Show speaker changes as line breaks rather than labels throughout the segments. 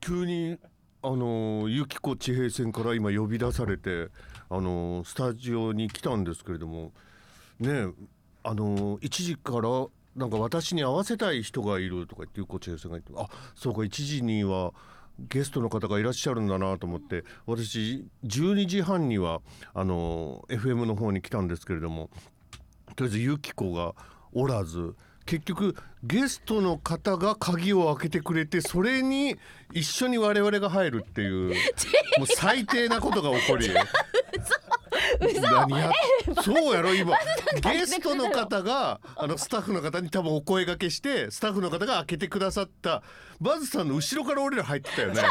急にあのー、ゆきこ地平線から今呼び出されてあのー、スタジオに来たんですけれどもねあのー、1時からなんか私に会わせたい人がいるとか言ってゆきこ地平線が言ってあそうか1時にはゲストの方がいらっしゃるんだなと思って私12時半にはあの FM の方に来たんですけれどもとりあえずゆきこがおらず結局ゲストの方が鍵を開けてくれてそれに一緒に我々が入るって いうもう最低なことが起 こり。
嘘
何やそうやろ今ゲストの方があのスタッフの方に多分お声掛けしてスタッフの方が開けてくださったバズさんの後ろから俺ら入ってた よね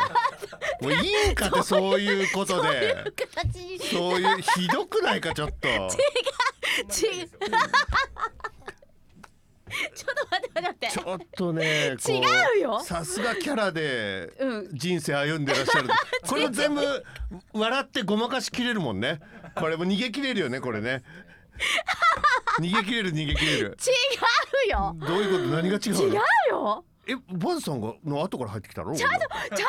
もういいんかってそういうことで
形に
そういうひどくないかちょっと
ちちょっと待って待って
ち
待って
ょっとねこ
違うよ
さすがキャラで
うん
人生歩んでらっしゃ る、これも全部笑ってごまかしきれるもんねこれも逃げ切れるよねこれね逃げ切れる逃げ切れる
違うよ
どういうこと何が違う
違
の
うよ
えバズさんがの後から入ってきたろ
ちゃんとちゃんと教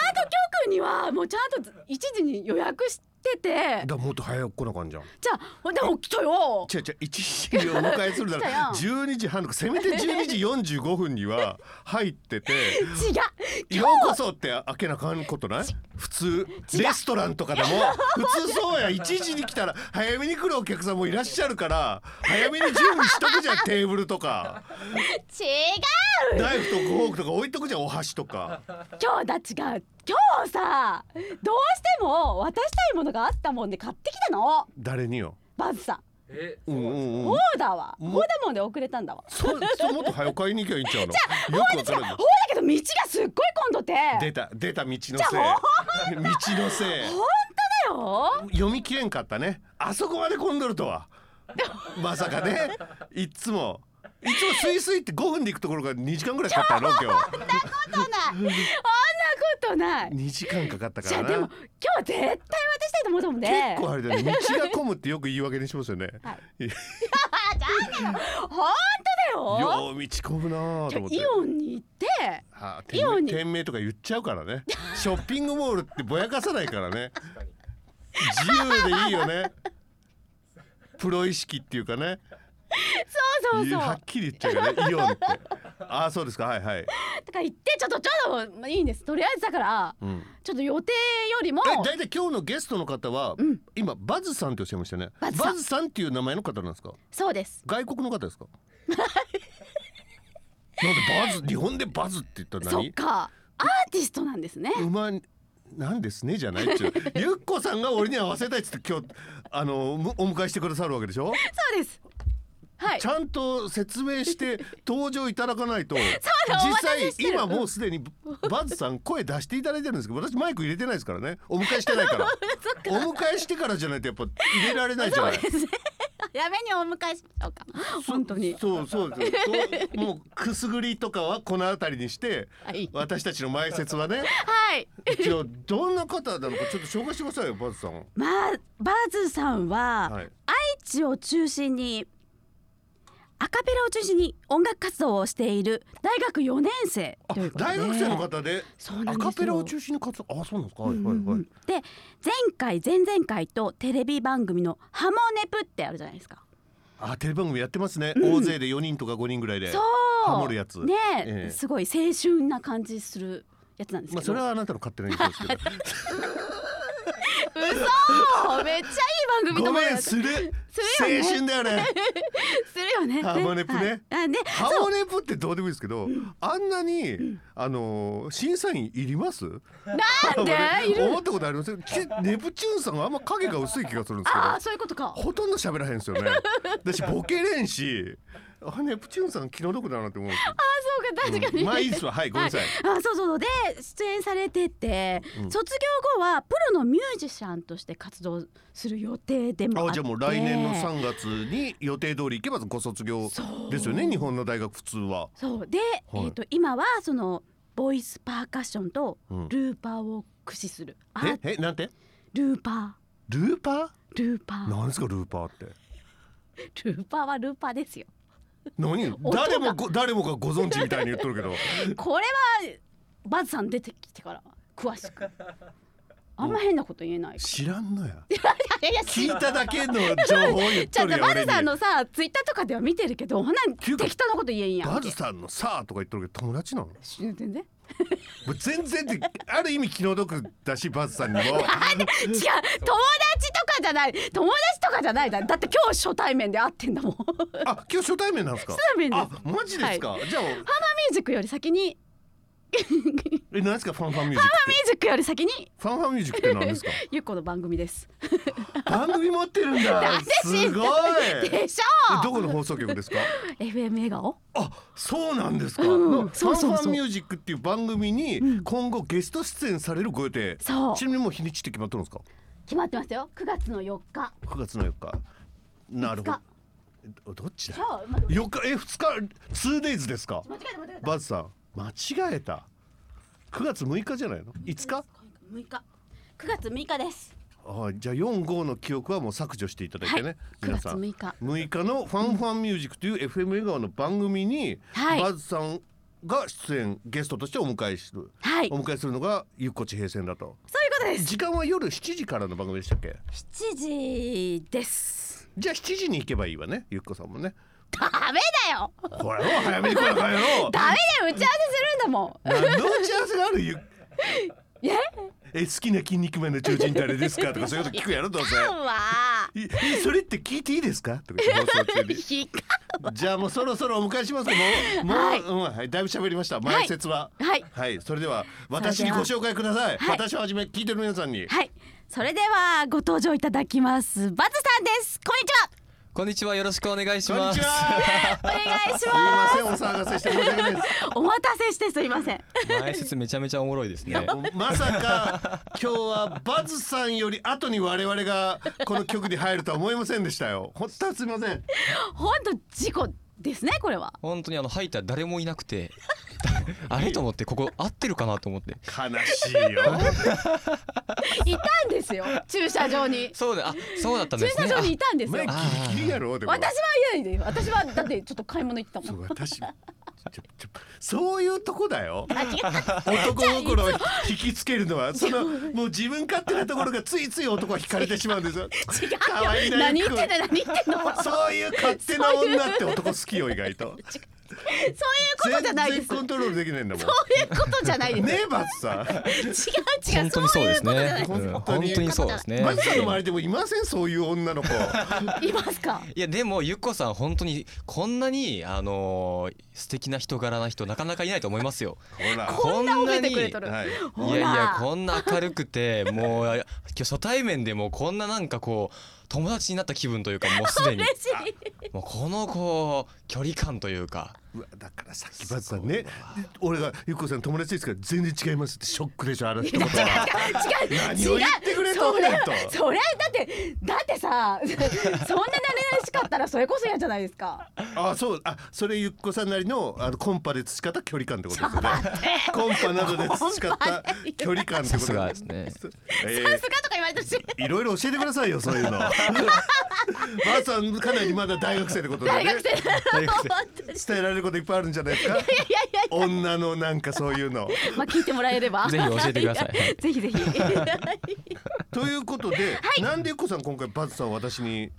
訓にはもうちゃんと1時に予約してて
だもっと早く来なあかんじゃん
じゃあほんで起きたよ
違う違う1時をお迎えするなら
来
12時半とかせめて12時45分には入ってて
違
「
う
ようこそ」って開けなあかんことない普通レストランとかでも普通そうや1時に来たら早めに来るお客さんもいらっしゃるから早めに準備しとくじゃんテーブルとか
違う
ナイフとフォークとか置いとくじゃんお箸とか
今日だ違う今日さどうしても渡したいものがあったもんで買ってきたの
誰によ。
バズさん
え
うんうんうん
オーダーはオーダーもんで遅れたんだわ
そうそうもっと早く買いに行きゃいいんちゃうの。よくわからない
ほうだけど道がすっごい混んどて
出た出た道のせい。道
じゃあ
のせ
本当だよ
い。読み切れんかったね。あそこまで混んどると は。まさかね。いっつも。いつもスイスイって5分で行くところが2時間ぐらいかかった の今日
そんなことないそんなことない
2時間かかったか
じゃ
ら
あ
な
でも今日絶対渡したいと思ったもんで
結構あれだよね道が混むってよく言い訳にしますよね、、
はい本当だよ
よう道混むなぁ
じ
と
ゃ
思っ
あ
て
イオンに行って
あ
イオンに
店名とか言っちゃうから ねショッピングモールってぼやかさないからね自由でいいよねプロ意識っていうかね
そうそうそう
はっきり言っちゃうからねイオンってああそうですかはいはい、
とか行ってちょっとちょっとまあいいんですとりあえずだから
うん、
ちょっと予定よりも
え大体今日のゲストの方は、
ん
今バズさんっておっしゃいましたね
バズさん
さんっていう名前の方なんですか
そうです
外国の方ですか なんでバズ日本でバズって言ったら
そっ
何
かアーティストなんですね
うまなんですねじゃないっちゅうゆっこさんが俺に合わせたいっつって今日あのむお迎えしてくださるわけでしょ、
そうですはい
ちゃんと説明 して登場いただかないと
だお
実
待た
際
せしてる
今もうすでにバズさん声出していただいてるんですけど私マイク入れてないですからねお迎えしてないから お迎えしてからじゃないとやっぱ入れられないじゃ
そ
な
う
い
ですね やめにお迎えしましょうか本当に
そうそうですよこうもうくすぐりとかはこの辺りにして
はい
私たちの前説はね
はい
一応どんな方なのかちょっと紹介してくださいよバズさんは
まあバズさんは、
い
愛知を中心にアカペラを中心に音楽活動をしている大学4年生
あ
ということ
大
で
学生の方で
そうなんですよ
アカペラを中心に活動あそうなんですかはいはい
うんう
は
ん
い
で前回前々回とテレビ番組の「ハモネプ」ってあるじゃないですか。
あテレビ番組やってますね、大勢で4人とか5人ぐらいで
そう
ハモるやつ
ねえ、
ええ
すごい青春な感じするやつなんです
まあ
け
そ
ど、
れはあなたの勝手な印象ですけど
嘘 めっちゃいい番組と
ご
思う
め
よ
んする
するよね
青春だよ ね
するよね
ハモネプね
はいあね
ハモネプってどうでもいいですけど、あんなに、あのー審査員いります
なんでいる
思ったことありませんきネプチューンさんはあんま影が薄い気がするんですけど
ああそういうことか
ほとんど喋らへんですよね私ボケれんしあネプチューンさん気の毒だなって思うんですけど
あそうか確かに、
うんまあいいっすわはいごめんなさい
あそうそうそうで出演されてて、
うん
卒業後はプロのミュージシャンとして活動する予定でもあって
あじゃあもう来年の3月に予定通り行けばご卒業
そう
ですよね日本の大学普通は。
そうで、
い
えっ、と今はそのボイスパーカッションと
うん
ルーパーを駆使する、あ
ええなんて
ルーパ
ルーパ
ールーパ
ー
ー
なんですかルーパーって
ルーパーはルーパーです よ
何
音が
誰もご誰もがご存知みたいに言っとるけど
これはバズさん出てきてから詳しくあんま変なこと言え ないか
知らんのや
らいやいや
聞いただけの情報を言っ
じ
とる
ゃあじゃあ
や
バ
俺
ル
に
さんのさツイッターとかでは見てるけどほな適当なこと言えんやん
バルさんの「さあ」とか言っとるけど友達なのも
全然
う全然ってある意味気の毒だしバズさんに も
違う友達とかじゃない友達とかじゃないだだって今日初対面で会ってんだもんハー
あ今日初対面なんですか
対面です
あマジですか、じゃあ
ミュージックより先に
え何ですかファンファンミュージック
ミ
って
ュージックより先に
ファンファンミュージックって何ですか
ゆっこの番組です
番組持ってるんだすごいえ
でし
ど
ょ
この放送局ですか
FM 笑顔
あそうなんですか、
うん
の
そうそうそう
ファンファンミュージックっていう番組に今後ゲスト出演されるご予定、
そう
ちなみにもう日にちって決まっとるんですか
決まってますよ9月の4日
9月の4日なるほどえどどっちだ
今日待って
4日え2日 2days ですか
間違えた間違えた
バズさん間違えた9月6日じゃないの5日
6日9月6日です
あじゃあ45の記憶はもう削除していただいてね、
はい
皆さん
9月
6日の「ファンファンミュージック」という FM 笑顔の番組に、
はい
バズさんが出演ゲストとしてお迎えする、
はい
お迎えするのがゆっこち平線だと
そういうことです
時間は夜7時からの番組でしたっけ
7時です
じゃあ7時に行けばいいわねゆっこさんもね
ダメだよ
これは早めに来なかやろ
ダメだよ打ち合わせするんだも
何の打ち合わせがあるゆ
んえ
え好きな筋肉マンの超人誰ですかとかそういうこと聞くやろどうせ
うわ
いえそれって聞いていいですかとか言って放送中 に
ひか
じゃあもうそろそろお迎えしますけどもうもう、
はい
うんはい、だいぶ喋りました前説は
はい
それでは私にご紹介ください
はい
私をはじめ聞いてる皆さんに
はいそれではご登場いただきますバズさんですこんにち
こんにちはよろしくお願いし
こん
ま
に
す
ちは
はお願いし
すい
ま
ませんお騒がせして申し訳ないです
お待たせしてすいません
前説めちゃめちゃおもろいです ね
す まさか今日はバズさんより後に我々がこの曲に入るとは思いませんでしたよ本当はすいません
本当事故ですねこれは
本当にあの入ったら誰もいなくて あれと思ってここ合ってるかなと思って
悲しいよ
いたんですよ駐車場に
そうだあそうだったん
駐
です
車
ね
場にいたんですよ
目ギリギリやろでも
私はいないで私はだってちょっと買い物行ってた
そ
もん
う私ちょちょそういうとこだよ
あ違った
男心を引きつけるのはそのもう自分勝手なところがついつい男は惹かれてしまうんですよ
違うよ
可愛いな
何言ってんの何言ってんの
そういう勝手な女って男好きよ意外 と
そういうことじゃないで
全
す
然コントロールできないんだもん
そういうことじゃないです
ねえバツさん
違う違う
本当にそう
そうい
い
ですね
う
うん
ことじゃない
本当にそうですね
バツさんの周りでもいませんそういう女の子
ことじゃいますか
いやでもゆっこさん本当にこんなにあのー素敵な人柄な人なかなかいないと思いますよ
ほら
こんな褒めてくれとる
はい
い
ほ
や
ら
いやこんな明るくてもうあ今日初対面でもうこんななんかこう友達になった気分というかもうすでに
嬉しい
もうこのこう距離感というか
うわだからさっきバツさんね俺がゆっこさん友達ですから全然違いますってショックでしょあの一言は
違う違う
何を言ってくれとんねんと
それそれだってだってさそんな慣れ慣れしかったらそれこそ嫌じゃないですか
あそうあそれゆっこさんなりのあのコンパで培った距離感ってことですよねコンパなどで培った距離感ってこと
さすがですね
え
さすがとか言われたし
ーいろいろ教えてくださいよそういうのばあさんかなりまだ大学生ってことで、ね、
大学生
大学生
本当に
伝えられることいっぱいあるんじゃないですか
いやいやい
女のなんかそういうの
やまあ聞いてもらえれば
ぜひ教えてくださいはい
ぜひぜひ
ということで、なんでゆっこさん今回バズさんを私に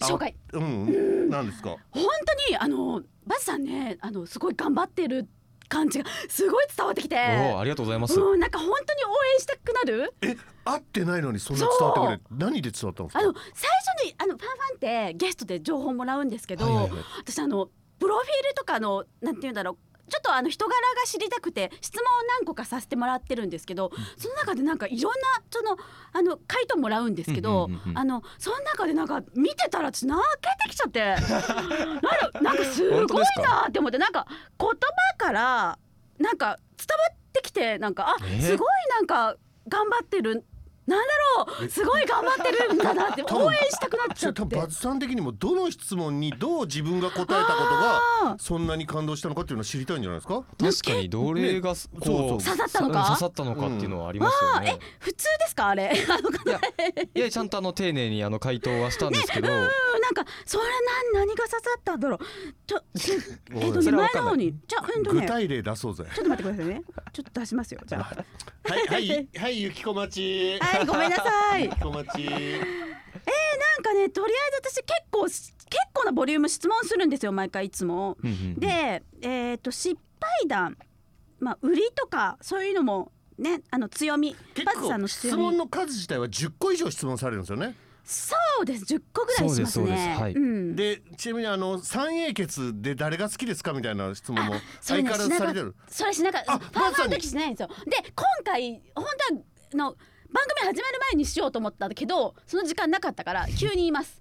あ
紹介
うんなんですか
本当にあのバズさんねあのすごい頑張ってる感じがすごい伝わってきて
おおありがとうございます。
うんなんか本当に応援したくなる
え会ってないのにそんな伝わってくれ何で伝わったんです
あ
か
の最初にあのファンファンってゲストで情報もらうんですけど、
はいはいはい
私あのプロフィールとかのなんて言うんだろうちょっとあの人柄が知りたくて質問を何個かさせてもらってるんですけど、その中でなんかいろんなそのあの回答もらうんですけど、
うんうんうんうん
あのその中でなんか見てたら私泣けてきちゃってなんかなんかすごい
本当ですか
なって思ってなんか言葉からなんか伝わってきてなんかあ、
えー
すごいなんか頑張ってるなんだろうすごい頑張ってるんだなって
多分
応援したくなっち
そ
ゃっ
れ多
て
分バツさん的にもどの質問にどう自分が答えたこと
あ
が
ー
そんなに感動したのかっていうのを知りたいんじゃないですか
確かにどれがこう
刺さったのか
刺さったのかっていうのはありますよね。
普通ですかあれあの
いやいやちゃんとあの丁寧にあの回答はしたんですけど、
なんかそれな何が刺さったんだろうちょえっと
おい
ね
それは
前
分かん
の
ない
方にじゃあえっと
具
ね
体例出 そうぜ
ちょっと待ってくださいねちょっと出しますよ じゃあ
はいはいはいゆきこまち
はいごめんなさ い
ゆきこまち
なんかねとりあえず私結構し結構なボリューム質問するんですよ毎回いつも。
うんうんうん
で、えー、と失敗談、まあ、売りとかそういうのもねあの強みバ
結
ズさん
構
の
質
強
問
み
の数自体は10個以上質問されるんですよね
そうです10個ぐらいします
そうですそうで
ね
すはい
うん
でちなみにあの三英傑で誰が好きですかみたいな質問も
そ
相
れ
変
ね
わら
し
ず
な
さ
か
れ
って
る
たそれしなかった
あ
ファンファンの
まさに
時しないんですよで今回本当はあの番組始まる前にしようと思ったんだけどその時間なかったから急に言います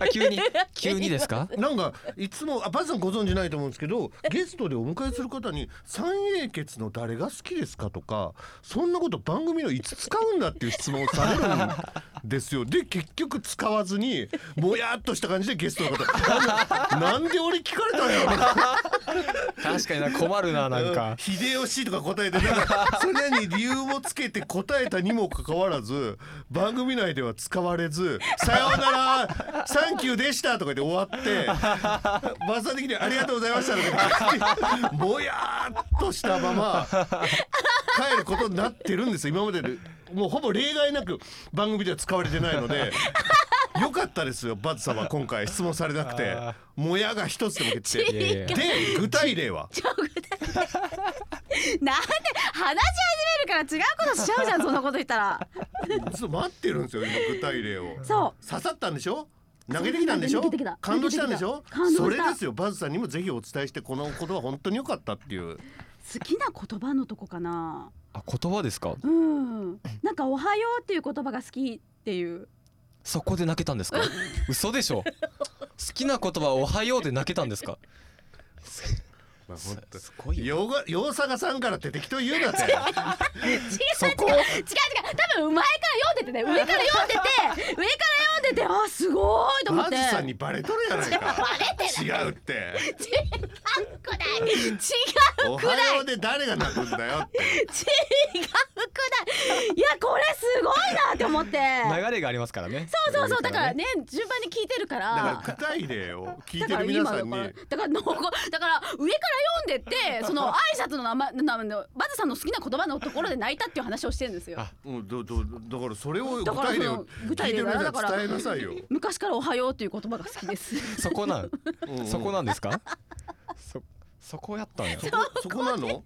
あ急に急にですか？
なんかいつもあバズさんご存知ないと思うんですけどゲストでお迎えする方に三英傑の誰が好きですかとかそんなこと番組のいつ使うんだっていう質問をされるんですよで結局使わずにぼやっとした感じでゲストの方なんなんで俺聞かれたんやろな
確かにな困るななんか。
秀吉とか答えてなんか それに理由をつけて答えたにもかかわらず番組内では使われず「さようならサンキューでした」とかで終わってバズさん的には「ありがとうございました」とかでぼやーっとしたまま帰ることになってるんですよ今まででもうほぼ例外なく番組では使われてないので。よかったですよバズ様今回質問されなくて
あ
もやが一つでも消え
いやい
て
や
で具体例は
なんで話し始めるから違うことしちゃうじ ゃんそんなこと言ったら
ちょっと待ってるんですよ今具体例を
そう
刺さったんでしょ投げてきたんでしょ
投げてきた
感動したんでしょ
投げてきた
それですよバズさんにもぜひお伝えしてこのことは本当に良かったっていう
好きな言葉のとこかな
あ言葉ですか？
うんなんか「おはよう」っていう言葉が好きっていう
そこで泣けたんですか？嘘でしょ。好きな言葉おはようで泣けたんですか？
まあ
す
本当
すごいよ。
よがようさがさんからって適当に言うな って
違う違う違う違う違う多分前から読んでてね上から読んでて上から読んでてあすごいと思っ
バ
て
ズさんにバレとるやないか違うって
違うくない違う
おはようで誰が泣くんだよって
違うくないいやこれすごいなって思って
流れがありますからね。
そうそうそうだから
ね。
ね順番に聞いてるか
だ
ら
から具体例を聞い
だ
て
から
る
今
皆さ
だか
んに
らだからのこだから上から読んでってその挨拶の名前ななバズさんの好きな言葉のところで泣いたっていう話をしてるんですよ
あ
うんどどだからそれを具
だから
体
そ
例を
の具
聞い
体
て
例
る
だな
皆
だか
さん
ら
伝えなさいよ
昔からおはようという言葉が好き です
そこなん
うんうん
そこなんですか？ そそこやったんや。
そこそこなの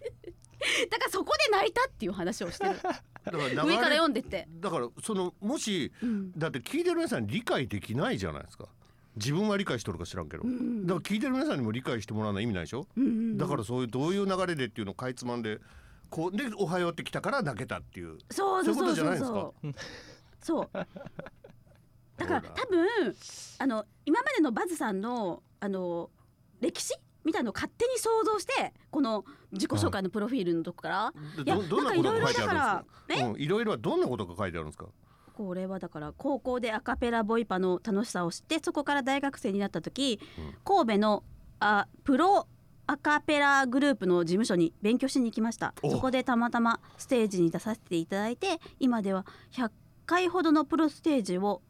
だからそこで泣いたっていう話をしてる
だから流れ
上から読んでって、
だからそのもし
うん
だって聞いてる皆さんに理解できないじゃないですか自分は理解しとるか知らんけど、
ん
だから聞いてる皆さんにも理解してもらわない意味ないでしょ、
うん
だからそういうどういう流れでっていうのをかいつまんでこうで「おはよう」って来たから泣けたっていう
そうそうそ
そ
う
う
そ
いうう
そ
こ
うそうだから
ほら
多分あの今までのバズさんのあの歴史みたいのを勝手に想像してこの自己紹介のプロフィールのとこから
で
いや
どどんな
なんか
こと
いろい
が
ろ
書いて
だか
あ
ら
るんですかうんいろいろはどんなことが書いてあるんですか
これはだから高校でアカペラボイパの楽しさを知ってそこから大学生になった時、神戸のあプロアカペラグループの事務所に勉強しに行きました
お
そこでたまたまステージに出させていただいて今では100回ほどのプロステージを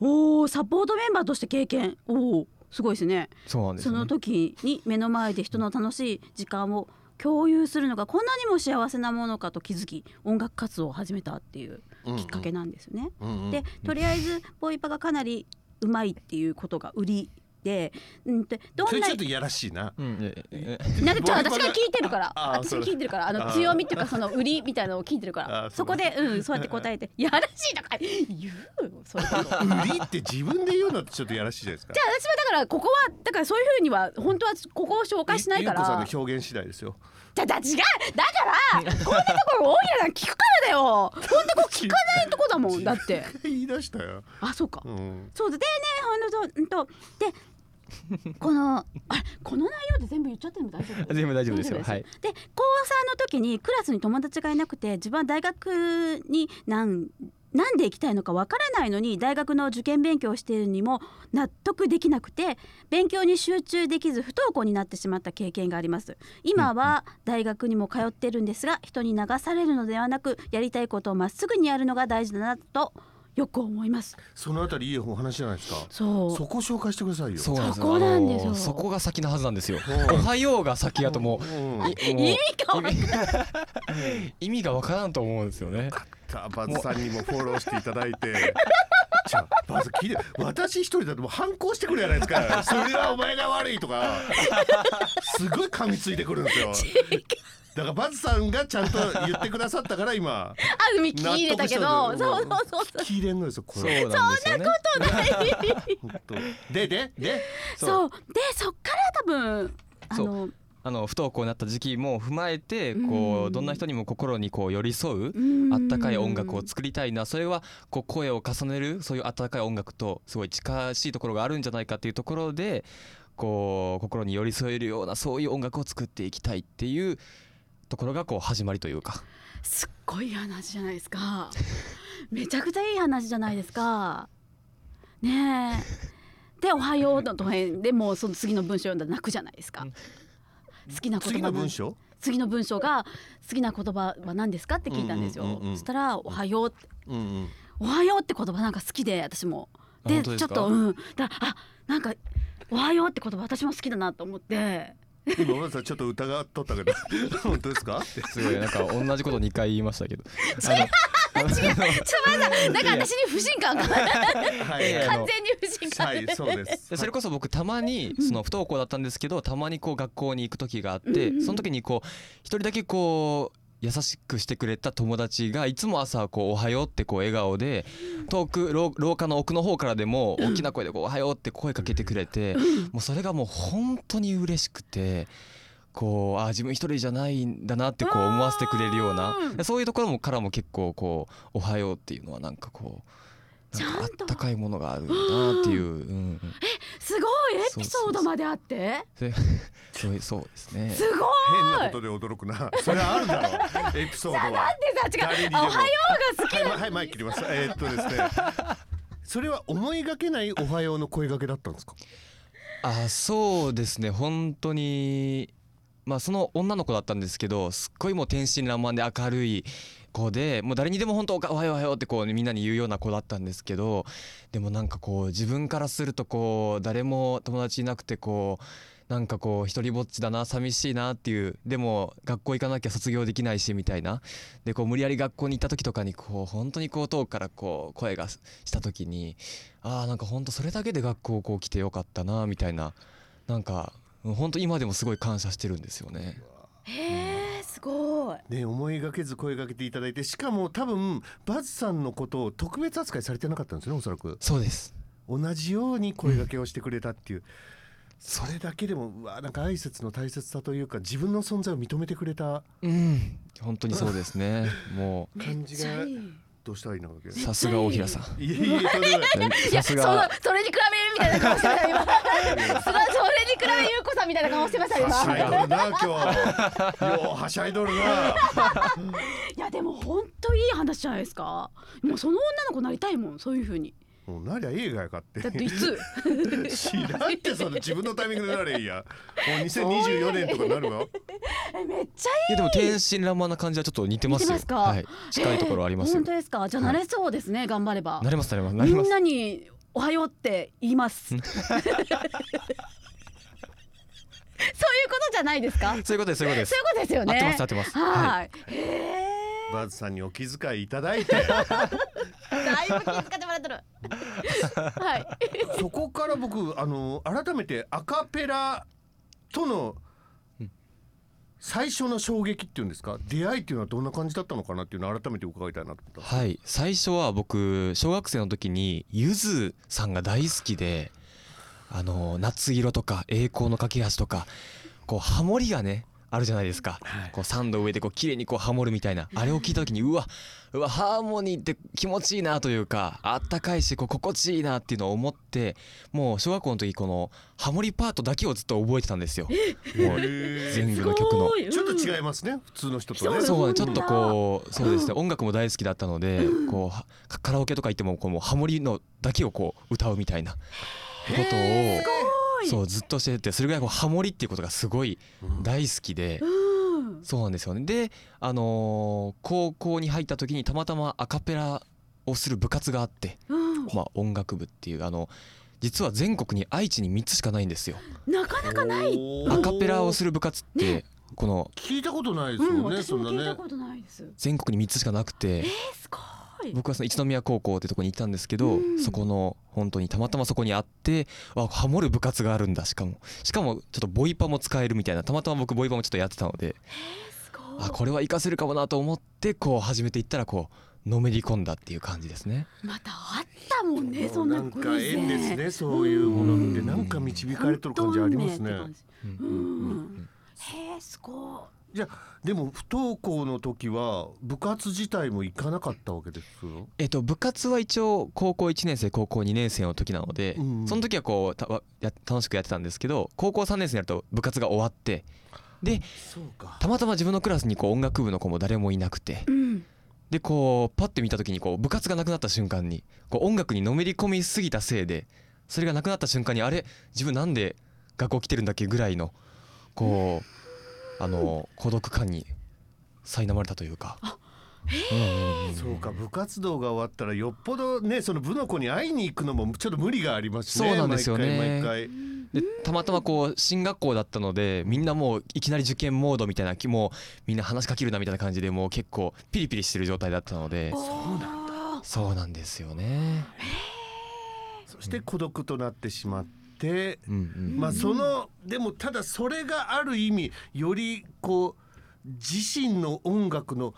おーサポートメンバーとして経験おおすごいですね
そうなんです
そ
ね
の。時に目の前で人の楽しい時間を共有するのがこんなにも幸せなものかと気づき音楽活動を始めたっていうきっかけなんですよね。
うんうん
でとりあえずボイパがかなりうまいっていうことが売りで、うん、でど
それ
んな
ちょっといやらしいな
うんええ
なんかちょ
ボイパが
私が聞いてるから
ああ
私
そう
が聞いてるからあ
あ
の
あ
強みっていうかその売りみたいなのを聞いてるか
ああ
ら
そ
そうこでうんそうやって答えて「いやらしい」とか 言うよそういうこと。じゃあ
売りって自分で言うのってちょっといやらしいじゃないですかじゃ
私はだからここはだからそういうふうには本当はここを紹介しないから。
ゆゆうこさんの表現次第です よ
だだ違うだからこんなところ多いなん聞くからだよ ほんとこう聞かないとこだもんだって
言い出したよ、
あそうか
うん、
そうででねあのそううんとでこのあれこの内容って全部言っちゃっても大丈夫
全部大丈夫ですよはい
で高3の時にクラスに友達がいなくて自分は大学になんなんで行きたいのかわからないのに大学の受験勉強をしているにも納得できなくて勉強に集中できず不登校になってしまった経験があります今は大学にも通ってるんですが人に流されるのではなくやりたいことをまっすぐにやるのが大事だなとよく思います
そのあたりいいお話じゃないですか
そう
そこ紹介してくださいよ
そうなんです
そこなんですよ
あのそこが先のはずなんですよ
う
おはようが先やとも
うん
ういもう
意味がわかんない
意味 意味がわからんと思うんですよね
さあバズさんにもフォローしていただいて。じゃあバズ聞いて私一人だともう反抗してくるじゃないですかそれはお前が悪いとかすごい噛みついてくるんですよだからバズさんがちゃんと言ってくださったから今
あ海聞き入れたけど
納得したんだ
そう
よ
そうそうそう
聞いれんのですよこ
そう
れ
なんですよね
本当ででで
そうでそっから多分あの
あの不登校になった時期も踏まえてこ
うん
うどんな人にも心にこう寄り添う
うん
あったかい音楽を作りたいなそれはこう声を重ねるそういうあったかい音楽とすごい近しいところがあるんじゃないかっていうところでこう心に寄り添えるようなそういう音楽を作っていきたいっていうところがこう始まりというか
すっごい話じゃないですかめちゃくちゃいい話じゃないですかねえで「おはよう」のとへんでもうその次の文章読んだら泣くじゃないですか
うん
好きな言葉
次の
なん
文章
次の文章が「好きな言葉は何ですか?」って聞いたんですよ、
うんうんうんうん
そしたら「おはよう」って
うんうん
「おはよう」って言葉なんか好きで私も
あ
で
本当で
ちょ
す
っ
か
とうんだからあなんか「おはよう」って言葉私も好きだなと思って
今バズさんちょっと疑っとったけど 本当ですかって
すごいなんか同じこと2回言いま したけど
違うちょっと待っ
あの
てなんか私に不信感が
は
や
い
やあの
完全に不信感
は
が
いそうです
それこそ僕たまにその不登校だったんですけどたまにこう学校に行く時があって
うんうん
その時にこう一人だけこう優しくしてくれた友達がいつも朝こう「おはよう」ってこう笑顔で遠く廊廊下の奥の方からでも大きな声でこう「おはよう」って声かけてくれてもうそれがもう本当に嬉しくて。こうあ自分一人じゃないんだなってこう思わせてくれるような
うん
そういうところもからも結構こう「おはよう」っていうのはなんかこうなんかあ
ちゃ
っ
んと
たかいものがあるんだなっていう、うんうん、
すごいエピソードまであって
でそうそうですね。
すごい
変なことで驚くなそれはあるだろうエピソードは
なんでさ
誰に
違う
で
あ
も
おはようが好き
はい、まはい、前切ります。えーっとですね。それは思いがけないおはようの声がけだったんですか。
あそうですね本当にまあその女の子だったんですけどすっごいもう天真爛漫で明るい子でもう誰にでも本当おかおはようおはようってこうみんなに言うような子だったんですけどでもなんかこう自分からするとこう誰も友達いなくてこうなんかこう一人ぼっちだな寂しいなっていうでも学校行かなきゃ卒業できないしみたいなでこう無理やり学校に行った時とかにこう本当にこう遠くからこう声がした時にああなんか本当それだけで学校こう来てよかったなみたいななんか本当今でもすごい感謝してるんですよね。
へえすごい
ね、思いがけず声かけていただいて、しかも多分バズさんのことを特別扱いされてなかったんですね。おそらく
そうです。
同じように声がけをしてくれたっていう。それだけでもうわなんか挨拶の大切さというか自分の存在を認めてくれた
うん 本当にそうですね。 も
感じが
めっちゃいい
どうしたらいいのかけ。
うさすが大平さん。
いえいえとん でもない
いや
さ
そ
す
の
が
それに比べるみたいな顔してた今そのそれに比べゆうこさんみたいな顔してました今
はしゃいどるな今日。ようはしゃいどるな。
いやでも本当いい話じゃないですかもうその女の子なりたいもんそういう風に
もうなりゃ映画やかって。
だっていつ
知らんってその自分のタイミングでなれいい やもう2024年とかなるわ
えめっちゃ
いやでも天真爛漫な感じはちょっと似て
いい
ま
て
すよ。
ますか、
はい近いところあります
え
よ
ー本。当ですかじゃあ慣れそうですね、頑張れば
なりますなりますな
み
りま
ん
す。
なにおはようって言います そういうことじゃないですかそういう
そういうことですそういうことです。
ことですよね
合ってます合ってます
は、
はい
へえ
バズさんにお気遣いいただいて
だいぶ気遣ってもら ってるはい
そこから僕あの改めてアカペラとの最初の衝撃っていうんですか出会いっていうのはどんな感じだったのかなっていうのを改めて伺いたいなと思っ
はい最初は僕小学生の時にゆずさんが大好きであの「夏色」とか「栄光の架け橋」とかこうハモリがねあるじゃないですか、こうサンド上でこう綺麗にこうハモるみたいなあれを聞いた時にうわうわハーモニーって気持ちいいなというかあったかいしこう心地いいなっていうのを思ってもう小学校の時このハモリパートだけをずっと覚えてたんですよもう全部の曲の
すご。い
ちょっと違い
うん
ますね普通の人とね
そう
そうねちょ
な
っ
んだ
とこうそうですね音楽も大好きだったのでこうはカラオケとか行ってもこうもうハモリのだけをこう歌うみたいなことを
い
そうずっとしててそれぐらいこうハモリっていうことがすごい大好きで
うん
そうなんですよねであのー高校に入った時にたまたまアカペラをする部活があって
うん
まあ音楽部っていうあの実は全国に愛知に3つしかないんですよ
なかなかない。
おー
アカペラをする部活ってこの
聞いたことないで
う
す
ん、
よね
私
そんな
も聞いた
ね
ことないです。
全国に3つしかなくて
えー、すごい。
僕はその一宮高校ってとこに行ったんですけど、
うん
そこの本当にたまたまそこにあってあハモる部活があるんだしかもしかもちょっとボイパも使えるみたいなたまたま僕ボイパもちょっとやってたので
すごい
あこれは活かせるかもなと思ってこう始めていったらこうのめり込んだっていう感じですね。
またあったもんね、そんな
なん
偶
か
然。
縁ですねそういうものって
うん
なんか導かれてる感じありますね
本当運命って感じ
うん
うん。へえ、すごい。
じゃあでも不登校の時は部活自体も行かなかったわけですよ
えっと、部活は一応高校1年生高校2年生の時なので、
うん
その時はこうたわや楽しくやってたんですけど高校3年生になると部活が終わってで
そうか
たまたま自分のクラスにこう音楽部の子も誰もいなくて
うん。
でこうパッて見た時にこう部活がなくなった瞬間にこう音楽にのめり込みすぎたせいでそれがなくなった瞬間にあれ自分なんで学校来てるんだっけぐらいのこうあの孤独感に苛まれたというか。うんうんうん
そうか部活動が終わったらよっぽどねその部の子に会いに行くのもちょっと無理がありますしね
そうなんですよ
毎
ね
回毎回
でたまたまこう進学校だったのでみんなもういきなり受験モードみたいなきもうみんな話しかけるなみたいな感じでもう結構ピリピリしてる状態だったので
そうなんだ。
そうなんですよね。
そして孤独となってしまって
うんうん
まあそのでもただそれがある意味よりこう自身の音楽の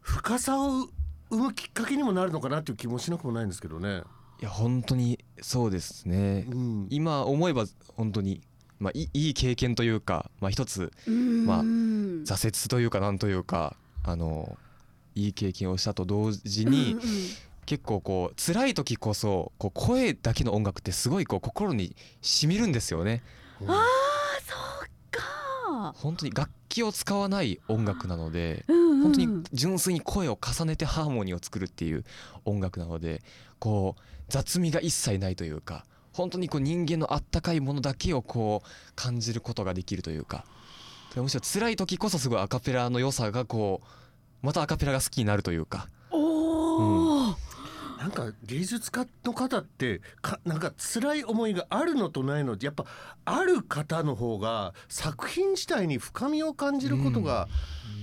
深さを生むきっかけにもなるのかなっていう気もしなくもないんですけどね。
いや本当にそうですね
うん、
今思えば本当に、まあ、いいいい経験というか、まあ、一つ
うん。
まあ
うん
挫折というかなんというかあのいい経験をしたと同時
う
に
んうん
結構こう辛い時こそこう声だけの音楽ってすごいこう心にしみるんですよね
ああ、そうか。
本当に楽器を使わない音楽なので
うんうん。
本当に純粋に声を重ねてハーモニーを作るっていう音楽なのでこう雑味が一切ないというか本当にこう人間のあったかいものだけをこう感じることができるというかでむしろ辛い時こそすごいアカペラの良さがこうまたアカペラが好きになるというか
おお。
なんか芸術家の方ってかなんか辛い思いがあるのとないのってやっぱある方の方が作品自体に深みを感じることが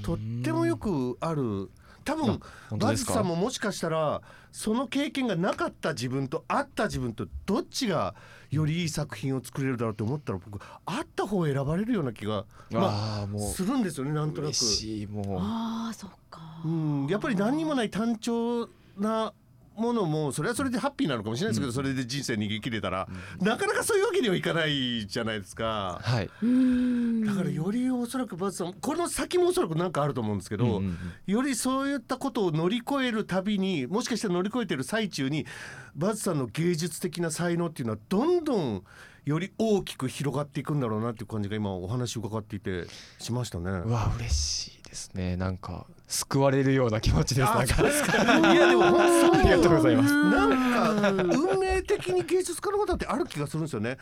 とってもよくある多分
本当
バ
です
ズさ
か
んももしかしたらその経験がなかった自分とあった自分とどっちがよりいい作品を作れるだろうと思ったら僕あった方を選ばれるような気が、ま
ああ
あ、
も
するんですよねなん
う
となく
嬉。しいも
ああ、そうか
う。ん、やっぱり何にもない単調なものもそれはそれでハッピーなのかもしれないですけど、
うん
それで人生逃げ切れたら
う、
なかなかそういうわけにはいかないじゃないですか。
はい
うん。
だからよりおそらくバズさんこの先もおそらく何かあると思うんですけど、
うんうんうん
よりそういったことを乗り越えるたびにもしかして乗り越えてる最中にバズさんの芸術的な才能っていうのはどんどんより大きく広がっていくんだろうなっていう感じが今お話伺っていてしましたね。
うわ嬉しいですねなんか救われるような気持ちですなんか
いやでも本当に
ありがとうございます
なんか運命的に芸術家の方ってある気がするんですよね。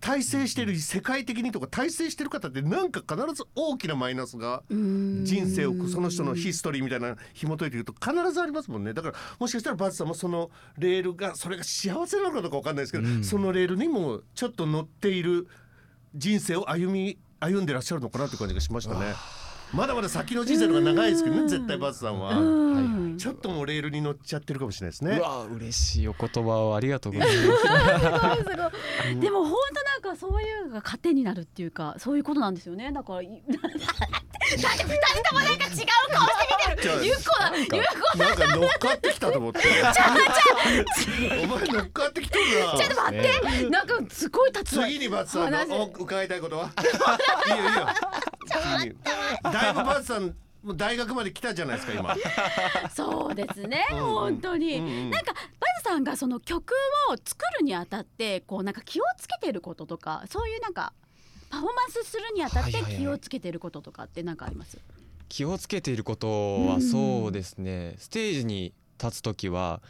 体制してる世界的にとか体制してる方ってなんか必ず大きなマイナスが人
人
生をその人のヒストリーみたいなの紐解いていくと必ずありますもんねだからもしかしたらバズさんもそのレールがそれが幸せなのかどうかわかんないですけど、
うん
そのレールにもちょっと乗っている人生を歩み歩んでらっしゃるのかなって感じがしましたね。まだまだ先の人生の方が長いですけど
う
ね
ん
絶対バズさんは。
うん
ちょっともうレールに乗っちゃってるかもしれないです
う
ね。
わ嬉しいお言葉をありがとうございます
すごいすごいでも本当なんかそういうのが糧になるっていうかそういうことなんですよねだからい だって二人ともなんか違う顔して見てるゆっこだゆっこ
なんか乗っかってきたと思って。 お前乗っかってきてるな。
だって待ってなんかすごい立つ
次にバツさんの
話
お伺いたいことは。いいよいいよ。急にだいぶバズさんもう大学まで来たじゃないですか今
そうですね、
うんうん
本当に、
うんうん
なんかバズさんがその曲を作るにあたってこうなんか気をつけてることとかそういうなんかパフォーマンスするにあたっ
はい
て
はいはい
気をつけてることとかってなんかあります、
気をつけていることはそうですね、ステージに立つ時は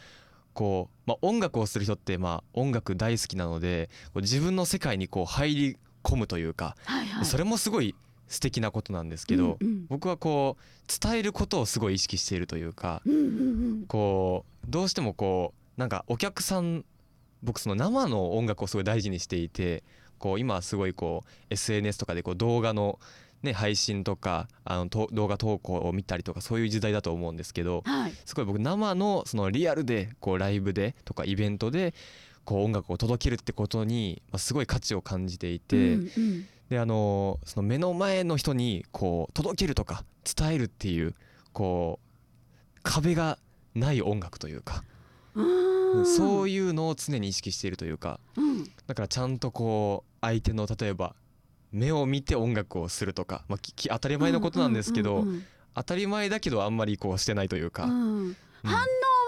こう、まあ、音楽をする人ってまあ音楽大好きなのでこう自分の世界にこう入り込むというか、
はいはい
それもすごい素敵なことなんですけど、
うんうん
僕はこう伝えることをすごい意識しているというか
うんうんうん
こうどうしてもこうなんかお客さん僕その生の音楽をすごい大事にしていてこう今すごいこう SNS とかでこう動画の、ね、配信とかあのと動画投稿を見たりとかそういう時代だと思うんですけど
はい
すごい僕生のそのリアルでこうライブでとかイベントでこう音楽を届けるってことにまあすごい価値を感じていて。
うんうん
であのその目の前の人にこう届けるとか伝えるっていうこう壁がない音楽というか、
うーん、
そう
い
いうのを常に意識しているというか
うん、
だからちゃんとこう相手の例えば目を見て音楽をするとか、まあ、きき当たり前のことなんですけ
う
ど、
んうんうん
当たり前だけどあんまりこうしてないというか、
うん反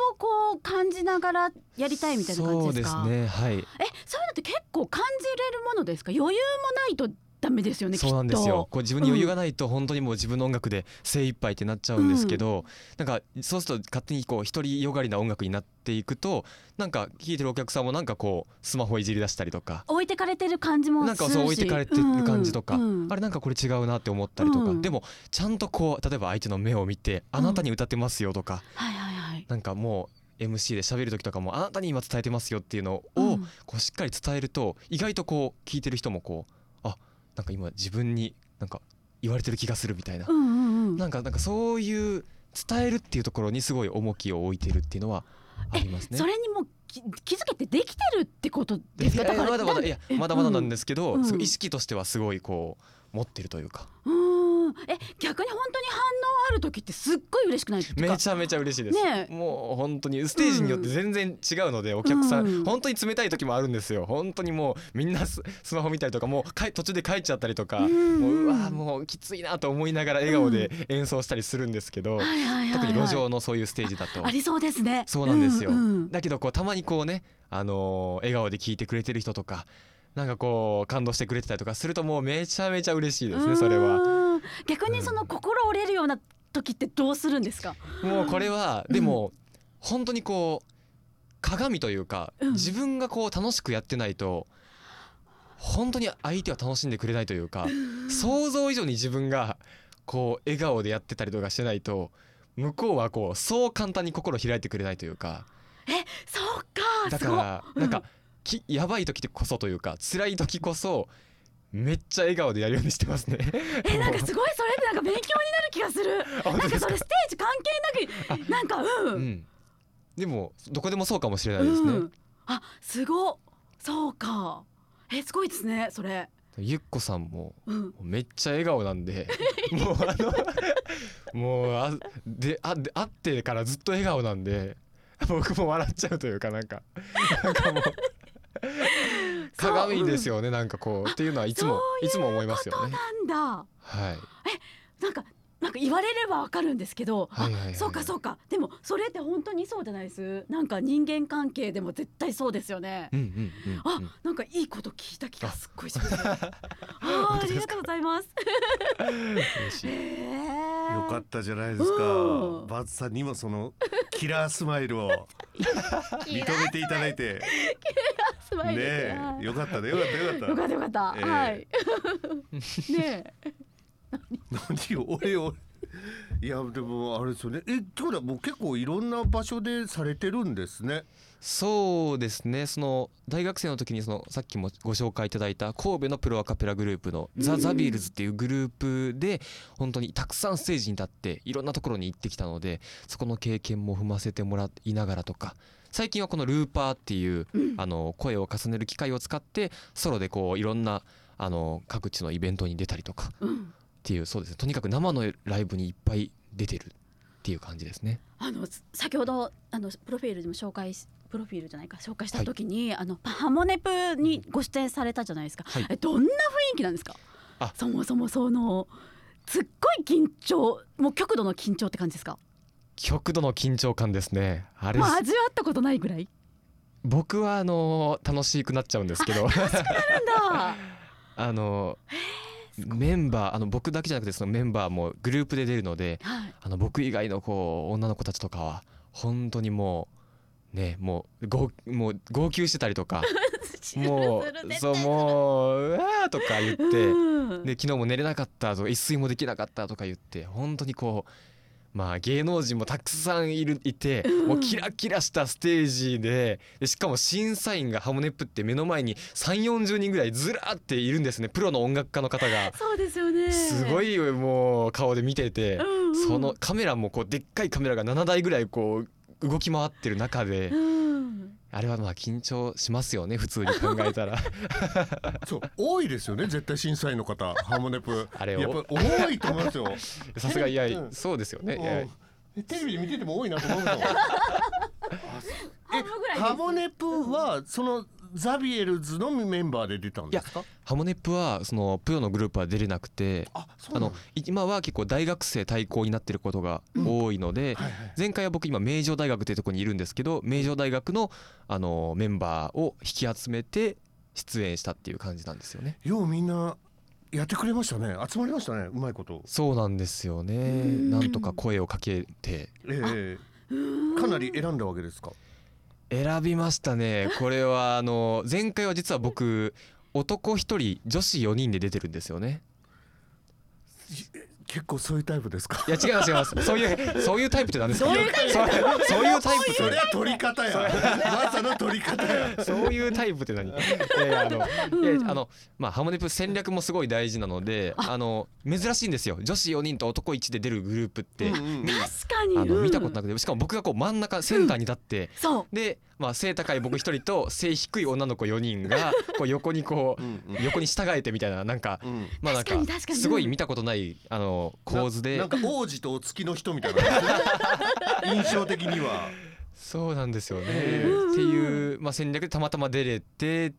応をこう感じながらやりたいみたいな感じですか
そうですねはい
えそういうのって結構感じれるものですか余裕もないとダメですよね
そうなんですよ
きっと
こう自分に余裕がないと本当にもう自分の音楽で精一杯ってなっちゃうんですけど、なんかそうすると勝手にこう独りよがりな音楽になっていくとなんか聴いてるお客さんもなんかこうスマホいじり出したりとか。
置いてかれてる感じも
なんかそう置いてかれてる感じとか、あれなんかこれ違うなって思ったりとか、
うん
でもちゃんとこう例えば相手の目を見て「あなたに歌ってますよ」とか、
はいはいはい
なんかもう MC で喋る時とかも「あなたに今伝えてますよ」っていうのを、
うん
こうしっかり伝えると意外とこう聞いてる人もこうあなんか今自分になんか言われてる気がするみたいな、
うんうんうん
なんかなんかそういう伝えるっていうところにすごい重きを置いてるっていうのはありますね。
それにもうき気づけてできてるってことですか
いやいやまだまだいやまだまだなんですすけど、
うん
すごい意識としてはすごいこう持ってるというか
うんうんえ逆に本当に反応ある時ってすっごい嬉しくないですか
めちゃめちゃ嬉しいです、
ねえ
もう本当にステージによって全然違うので、お客さん、
うん
本当に冷たい時もあるんですよ本当にもうみんなススマホ見たりとかもうかい途中で帰っちゃったりとか、
うん
もううわーもうきついなと思いながら笑顔で演奏したりするんですけど、
はいはいはいはい
特に路上のそういうステージだと、
ありそうですね
そうなんですよ、
うんうん
だけどこうたまにこうね、あのー笑顔で聞いてくれてる人とかなんかこう感動してくれてたりとかするともうめちゃめちゃ嬉しいですねそれは。
うん逆にその心折れるような時ってどうするんですか
もうこれはでも本当にこう鏡というか
うん
自分がこう楽しくやってないと本当に相手は楽しんでくれないというか想像以上に自分がこう笑顔でやってたりとかしてないと向こうはこうそう簡単に心開いてくれないというか
そうか
だ
すごい
からなんかきやばい時こそというか辛い時こそめっちゃ笑顔でやるようにしてますね。
えなんかすごいそれってなんか勉強になる気がす る
本
な
当
んか
です
そ
か
れステージ関係なくなんかう、
うんん、でもどこでもそうかもしれな
う
いですね。
ん、あすごっそうかえすごいですねそれ
ゆっこさんも
うん
めっちゃ笑顔な んでもうあのもうあであで会ってからずっと笑顔なんで僕も笑っちゃうというかなんかなん かもう鏡ですよねなんかこうっていうのはいつもいつも思いますよね。
なんだ
はい、
なんかなんか言われればわかるんですけど、
はいはいはい
あそうかそうかでもそれって本当にそうじゃないですなんか人間関係でも絶対そうですよね、
うんうんうん
あ
うん、
なんかいいこと聞いた気がすっごい しますあーありがとうございます
嬉し
へ
い
ー
よかったじゃないです
う
か
ん
バズさんにもそのキラースマイル を認めていただいて
スマ
ね
イル
え
はい
よかったねよかったよか
よ
っ
かったよかった、
ええ
はい。 ねえ、
た 何よ俺俺いやでもあれですよねえってことはもう結構いろんな場所でされてるんですね
そうですねその大学生の時にそのさっきもご紹介いただいた神戸のプロアカペラグループのザ・ザビールズっていうグループで本当にたくさんステージに立っていろんなところに行ってきたのでそこの経験も踏ませてもらいながらとか最近はこのルーパーっていうあの声を重ねる機会を使ってソロでこういろんなあの各地のイベントに出たりとかっ
うん、
ていうそうですねとにかく生のライブにいっぱい出てるっていう感じですね。
あのす先ほどあのプロフィールでも紹介しプロフィールじゃないか紹介した時に、あのパハモネプにご出演されたじゃないですか。
はい
えどんな雰囲気なんですか。
あ
そもそもそのすっごい緊張もう極度の緊張って感じですか
極度の緊張感ですねあれ
もう味わったことないぐらい
僕はあの楽しくなっちゃうんですけど
なんだ
あのメンバーあの僕だけじゃなくてそのメンバーもグループで出るので
はい
あの僕以外のこう女の子たちとかは本当にもうねもう号もう号泣してたりとか もうそうもううわーとか言って
うん
で昨日も寝れなかったとか一睡もできなかったとか言って本当にこうまあ芸能人もたくさんいるいて
うん
もうキラキラしたステージででしかも審査員がハモネプって目の前に3 4 0人ぐらいずらーっているんですねプロの音楽家の方が
そうですよね
すご
い、
いもう顔で見てて
うんうん
そのカメラもこうでっかいカメラが7台ぐらいこう動き回ってる中で
うん
あれはまあ緊張しますよね普通に考 えたら
そう多いですよね絶対審査員の方ハモネプ
あれを
やっぱ多いと思いますよ、
さすがいや
うん
そうですよねいや
うんテレビで見てても多いなと思うの
半分ぐらいです
ハモネプはそのザビエルズのメンバーで出たんですか
ハモネプはそのプロのグループは出れなくて
あそ
あのい今は結構大学生対抗になってることが多いので、
はいはい
前回は僕今名城大学っていうところにいるんですけど名城大学のあのメンバーを引き集めて出演したっていう感じなんですよね。
ようみんなやってくれましたね集まりましたねうまいこと、
そうなんですよね
ん
なんとか声をかけて
ええ
か
かなり選んだわけですか
選びましたねこれはあの前回は実は僕男一人女子4人で出てるんですよね
結構そういうタイプですか
いや違います違いますそういうそういうタイプって何ですか
そういうタイプ
そうそういうタイプって
それは取り方やまさの取り方や
そういうタイプって何 いやいやあの、
うん
いやあのまあハモネプ戦略もすごい大事なので、あの珍しいんですよ。女子4人と男1で出るグループって、
うん
確かに
あの見たこと
い
なくて、しかも僕がこう真ん中センターに立って。
そう
で、まあ、背高い僕一人と背低い女の子4人がこう横にこ
う
うん横に従えてみたいななんか
うん
まあなんか
確かに確かに
すごい見たことないあの構
な
図で
んか王子とお月の人みたいな 印象的には
そうなんですよね。っ
え
て
え
いう、まあ、戦略でたまたま出れて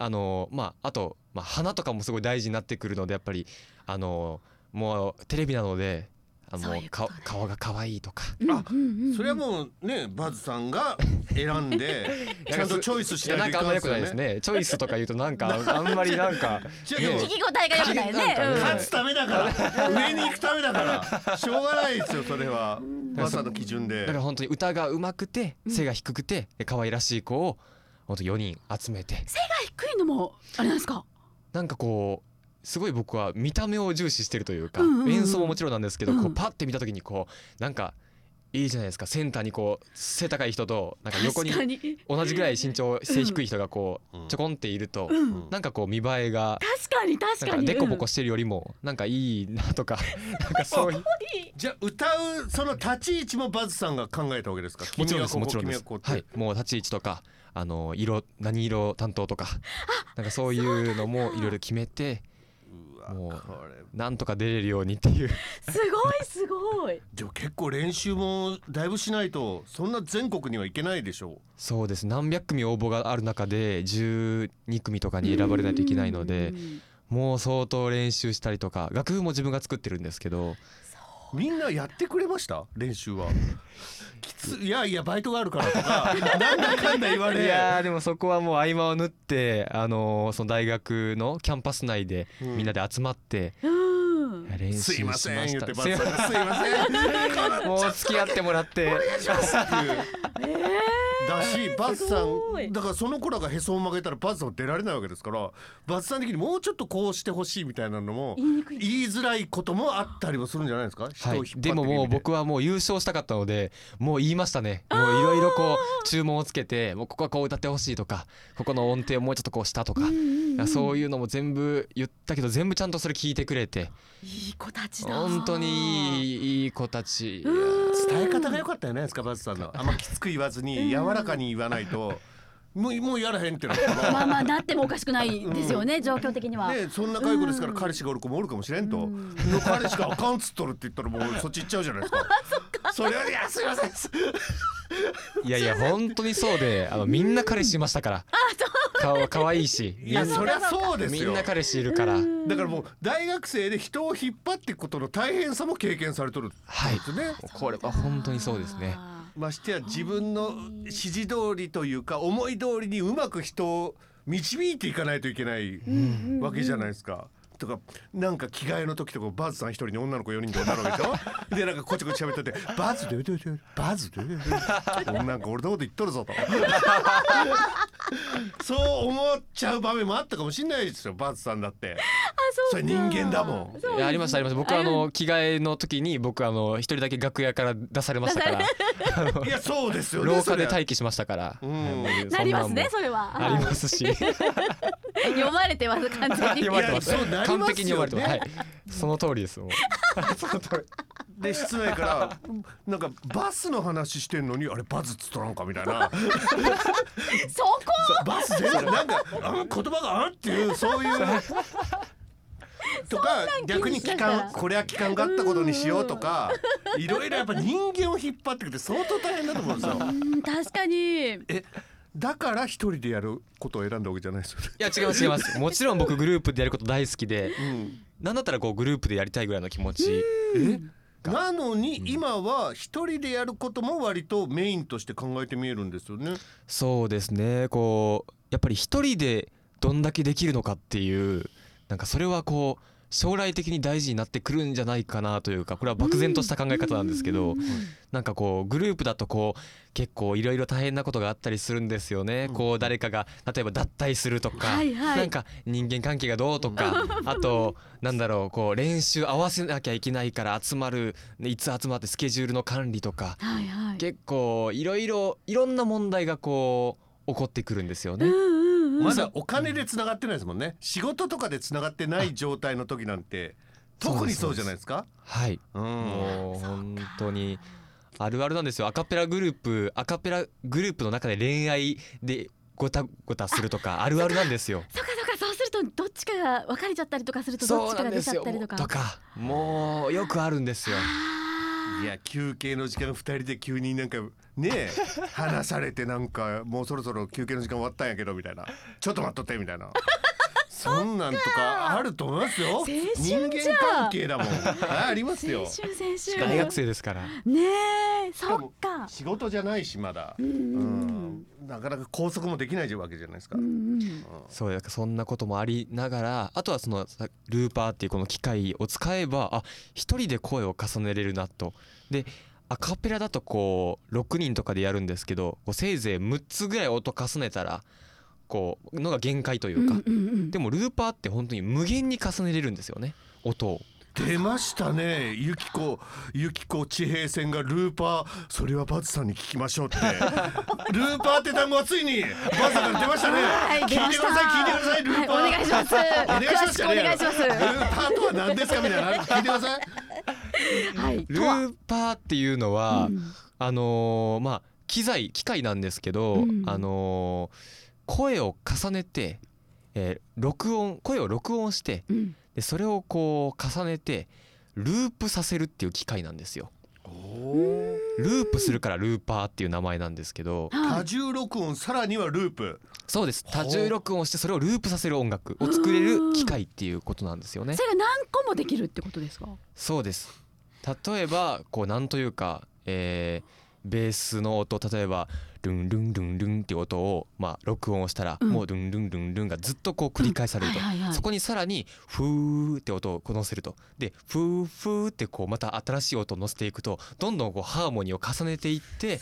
あの、まあ、あと、まあ、花とかもすごい大事になってくるのでやっぱりあのもうテレビなのであの
そう
も
いうう
か
ことね
顔が可愛いとか。
あ
うんうんうんうん
それはもうねバズさんが選んでちゃんとチョイスし
いや
な
ないん
と
か
い
あん
け
ま
ない
良
です
くな
よね
いですね。チョイスとか言うとなんか あんまりなんか。
違う
ね
聞き応えが良くない
なん
ね
かね
うん
勝つためだから上に行くためだからしょうがないですよそれはマサの基準
だ
で
から本当に歌が上手くて
うん
背が低くて可愛らしい子を本当4人集めて
背が低いのもあれなんですか
なんかこうすごい僕は見た目を重視してるというか、
うんうんうん
演奏ももちろんなんですけど、こ
う
うんパッて見た時にこうなんかいいじゃないですかセンターにこう背高い人となんか横に
確かに
同じぐらい身長背低い人がこ
うん
うちょこんっていると、
うん
うん
なんかこう見栄えが
確かに確
なん
か
か
に
デコボコしてるよりもなんかいいなとかなんかそういう
じゃあ歌うその立ち位置もバズさんが考えたわけですか
もちろんです
君
も
は
ち
こ
ろ
こ
んで
君は
す
こうって
はいもう立ち位置とかあの色何色担当とかなんかそういうのもいろいろ決めて
う
も
わ
う
これ
なんとか出れるようにっていう
うんすごいすごい
じゃあ結構練習もだいぶしないとそんな全国には行けないでしょ
そうです何百組応募がある中で12組とかに 選ばれないといけないので
うん
もう相当練習したりとか楽譜も自分が作ってるんですけど
うみんなやってくれました練習 はきついやいやバイトがあるからとか なんだかんだ言わ
い
れ
やーでもそこはもう合間を縫ってあのーその大学のキャンパス内で
うん
みんなで集まって
うん
練習
す
し
い
ま
ま
し
せん言ったてバズさんがすいません
もう付き合ってもらって
っていう
え
だ しバズさ
すご
ん
い
だからその子らがへそを曲げたらバズさんは出られないわけですからバズさん的にもうちょっとこうしてほしいみたいなのも
言いにくい
言いづらいこともあったりもするんじゃないですか人を
は
引
い
っ張って、る
でももう
意味
僕はもう優勝したかったのでもう言いましたねもういろいろこう注文をつけてもうここはこう歌ってほしいとかここの音程をもうちょっとこうしたとか
うんうんうん
そういうのも全部言ったけど全部ちゃんとそれ聞いてくれて
いい子たちだ
本当にいいいい子たち
伝え方が良かったじゃないですかバズさんのあんまきつく言わずに柔らかに言わない ともうもうやらへんってなったら
まあまあなってもおかしくないですよね状況的には
ねそんな介護ですから彼氏がおる子もおるかもしれんと、
うん
の彼氏があかんっつっとるって言ったらもうそっち行っちゃうじゃないですか それはいやすいません
いやいや本当にそうであのみんな彼氏いましたから顔は可愛いし
いやそりゃそうです
み
よ
んな彼氏いるから
だからもう大学生で人を引っ張っていくことの大変さも経験されとるんですね、
これは本当にそうですね
あ
ましてや自分の指示通りというか思い通りにうまく人を導いていかないといけないわけじゃないですか。とかなんか着替えの時とかバズさん一人に女の子4人で女の子でしょでなんかこちこち喋ってて「バズでででバズでででなんか俺のこと言っとるぞ」とそう思っちゃう場面もあったかもしれないですよバズさんだってそ
そう
れ人間だもん
そう
いやありましたありました僕あの着替えの時に僕あの一人だけ楽屋から出されましたから
いやそうですよね
廊
そ
下で
れ
待機しましたから
うん
はい
なりますね
そ
それは
んなんもありますし
読まれてます完全に
読まれてます
いやそうなりますよね
完璧に読まれてますはいその通りですもん
で室内からなんかバスの話してんのにあれバズっつっとらんかみたいな
そこ
バス全然なんかあん言葉があんっていうそういう。とか逆に期間これは期間があったことにしようとかいろいろやっぱ人間を引っ張ってくって相当大変だと思うんですよ。
うん確かに
えだから一人でやることを選んだわけじゃないですよね。
いや違います違います もちろん僕グループでやること大好きで
うん
なんだったらこうグループでやりたいぐらいの気持ち
なのに今は一人でやることも割とメインとして考えて見えるんですよね。
そうですねこうやっぱり一人でどんだけできるのかっていうなんかそれはこう将来的に大事になってくるんじゃないかなというかこれは漠然とした考え方なんですけどなんかこうグループだとこう結構いろいろ大変なことがあったりするんですよね
うん
こう誰かが例えば脱退するとか
はいはい
なんか人間関係がどうと かあとなんだろうこう練習合わせなきゃいけないから集まるいつ集まってスケジュールの管理とか
はいはい
結構いろいろいろんな問題がこう起こってくるんですよね。
うんうんうん
まだお金で繋がってないですもんね。仕事とかで繋がってない状態の時なんて特にそうじゃないですか。
はい、
うん。
もう本当にあるあるなんですよアカペラグループアカペラグループの中で恋愛でごたごたするとかあるあるなんですよ。
そうかそうかそうするとどっちかが別れちゃったりとかするとどっ
そう
ちか
なん
が
で
出ち
す
ゃっ
よ
たりとか
とかもうよくあるんですよ。
いや休憩の時間二人で急になんか ね話されてなんかもうそろそろ休憩の時間終わったんやけどみ たいなちょっと待っとってみたいな。そんなんとかあると思いますよ。
青春じ
人
ゃん
間関係だもん。あありますよ
先。週先週
大学生ですから
ねえそっか
仕事じゃないしまだ。うんん。なかなか拘束もできないわけじゃないですか。
う
うん
ん
そうだからそんなこともありながらあとはそのさルーパーっていうこの機械を使えばあ一人で声を重ねれるなとでアカペラだとこう6人とかでやるんですけどこうせいぜい6つぐらい音重ねたらこうのが限界とい
うんう
うんか、
うんうん
でもルーパーって本当に無限に重ねれるんですよね音を
出ましたねゆきこゆきこ地平線がルーパーそれはバズさんに聞きましょうっ てルーパーって単語はついにバズさんから出ましたね、
はい
聞い
出ま
て
し
く
た
ださい聞いてくださいルーパー、
はいお願いします詳しくお願いします
ルーパーとは何ですかみたいな聞いてください
はい
ル
とは
ーパーっていうのは、
うん
あのーまあ機材機械なんですけど、
うん
あのー声を重ねて、えー録音声を録音して
うん
でそれをこう重ねてループさせるっていう機械なんですよ。ループするからルーパーっていう名前なんですけど
は
多
い
重録音さらにはループ
そうです多重録音してそれをループさせる音楽を作れる機械っていうことなんですよね
そ。れが何個もできるってことですか
そうです例えばこうなんというか、えーベースの音例えばルンルンルンルンっていう音を、まあ、録音をしたら、
うん
もうルンルンルンルンがずっとこう繰り返されると、
うんはいはいはい
そこにさらにフーって音をこう乗せるとでフーフーってこうまた新しい音を乗せていくとどんどんこうハーモニーを重ねていって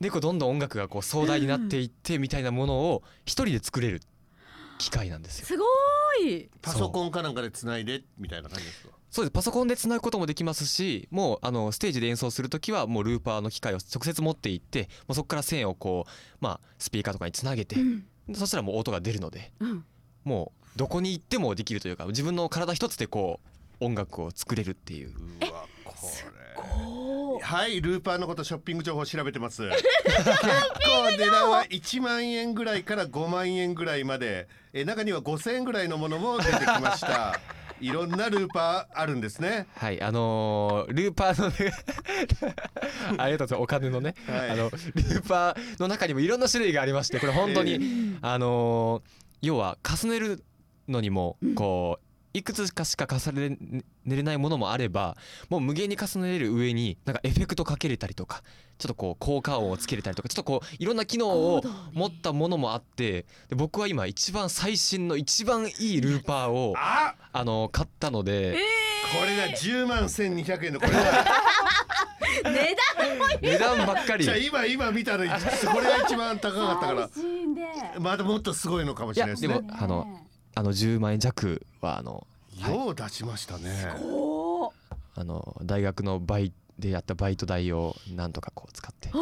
でこうどんどん音楽がこう壮大になっていってみたいなものを一人で作れる機械なんですよ。
すごい
パソコンかなんかでつないでみたいな感じですか
そうですパソコンで繋ぐこともできますしもうあのステージで演奏するときはもうルーパーの機械を直接持って行ってもうそこから線をこう、まあ、スピーカーとかにつなげて、
うん
そしたらもう音が出るので
うん
もうどこに行ってもできるというか自分の体一つでこう音楽を作れるっていう
うわこれ
おー
はい、ルーパーのことショッピング情報調べてます。結構値段は1万円ぐらいから5万円ぐらいまで、え中には5000円ぐらいのものも出てきました。いろんなルーパーあるんですね。
はい、あのールーパーの ねありがとうございますお金のね、
はい
あのルーパーの中にもいろんな種類がありましてこれ本当に、
え
あのー要は重ねるのにもこう、いくつかしか重ねれないものもあればもう無限に重ねれる上になんかエフェクトかけれたりとかちょっとこう効果音をつけれたりとかちょっとこういろんな機能を持ったものもあってで僕は今一番最新の一番いいルーパーを
あ、
あのー買ったので。
これだ10万1200円のこれだ。
値段も
値段ばっかり
じゃあ今今見たらこれが一番高かった から。
最新で
まだもっとすごいのかもしれないです
いや
ね
で。もあのあの10万円弱はあのはい
よう出しましたね。
おー
あの大学のバイでやったバイト代をなんとかこう使って、
お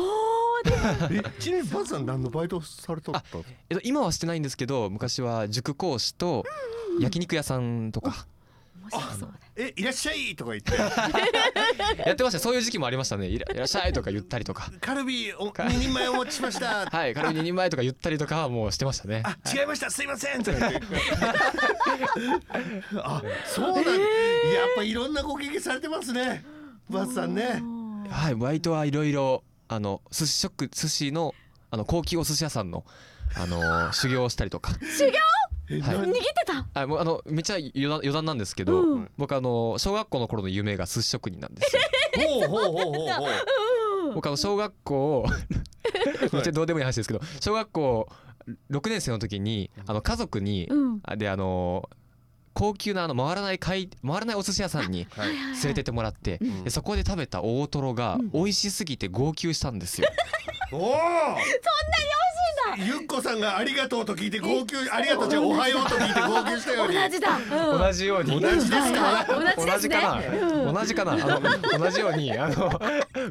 ーで
えちなみにバズさん何のバイトされとったの？
えっと、今はしてないんですけど昔は塾講師と焼肉屋さんとか
面白そうだ
えいらっしゃいとか言って
やってましたそういう時期もありましたねいらいらっしゃいとか言ったりとか
カルビお二人前お持ちしました。
はい軽に2人前とか言ったりとかはもうしてましたね
あ違いましたすいませんとか言って。あそうなん。やっぱいろんなご経験されてますね。バズさんね。
はいバイトはいろいろあの寿司ショック寿司のあの高級お寿司屋さんのあの修行をしたりとか
え
はい
な
握ってた
あもうあのめっちゃ余談余談なんですけど、
うん
僕あの小学校の頃の夢が寿司職人なんですよ
ほうほうほうほうほう。
僕あの小学校めっちゃどうでもいい話ですけど小学校6年生の時にあの家族に、
うん
あであの高級なあの回らない回回らないお寿司屋さんに
はい。
連れてってもらって、
うん
でそこで食べた大トロが
うん
美味しすぎて号泣したんですよ、
おお。そんなに美味しいんだ。ゆっこさんがありがとうと聞いて号泣、ありがとうじゃあおはようと聞いて号泣したように。
同じだ、うん
同じように
同じですか。
はいはい同
同
じ
じ
で
か
す
な
ね、うん
同じかなあの同じようにあの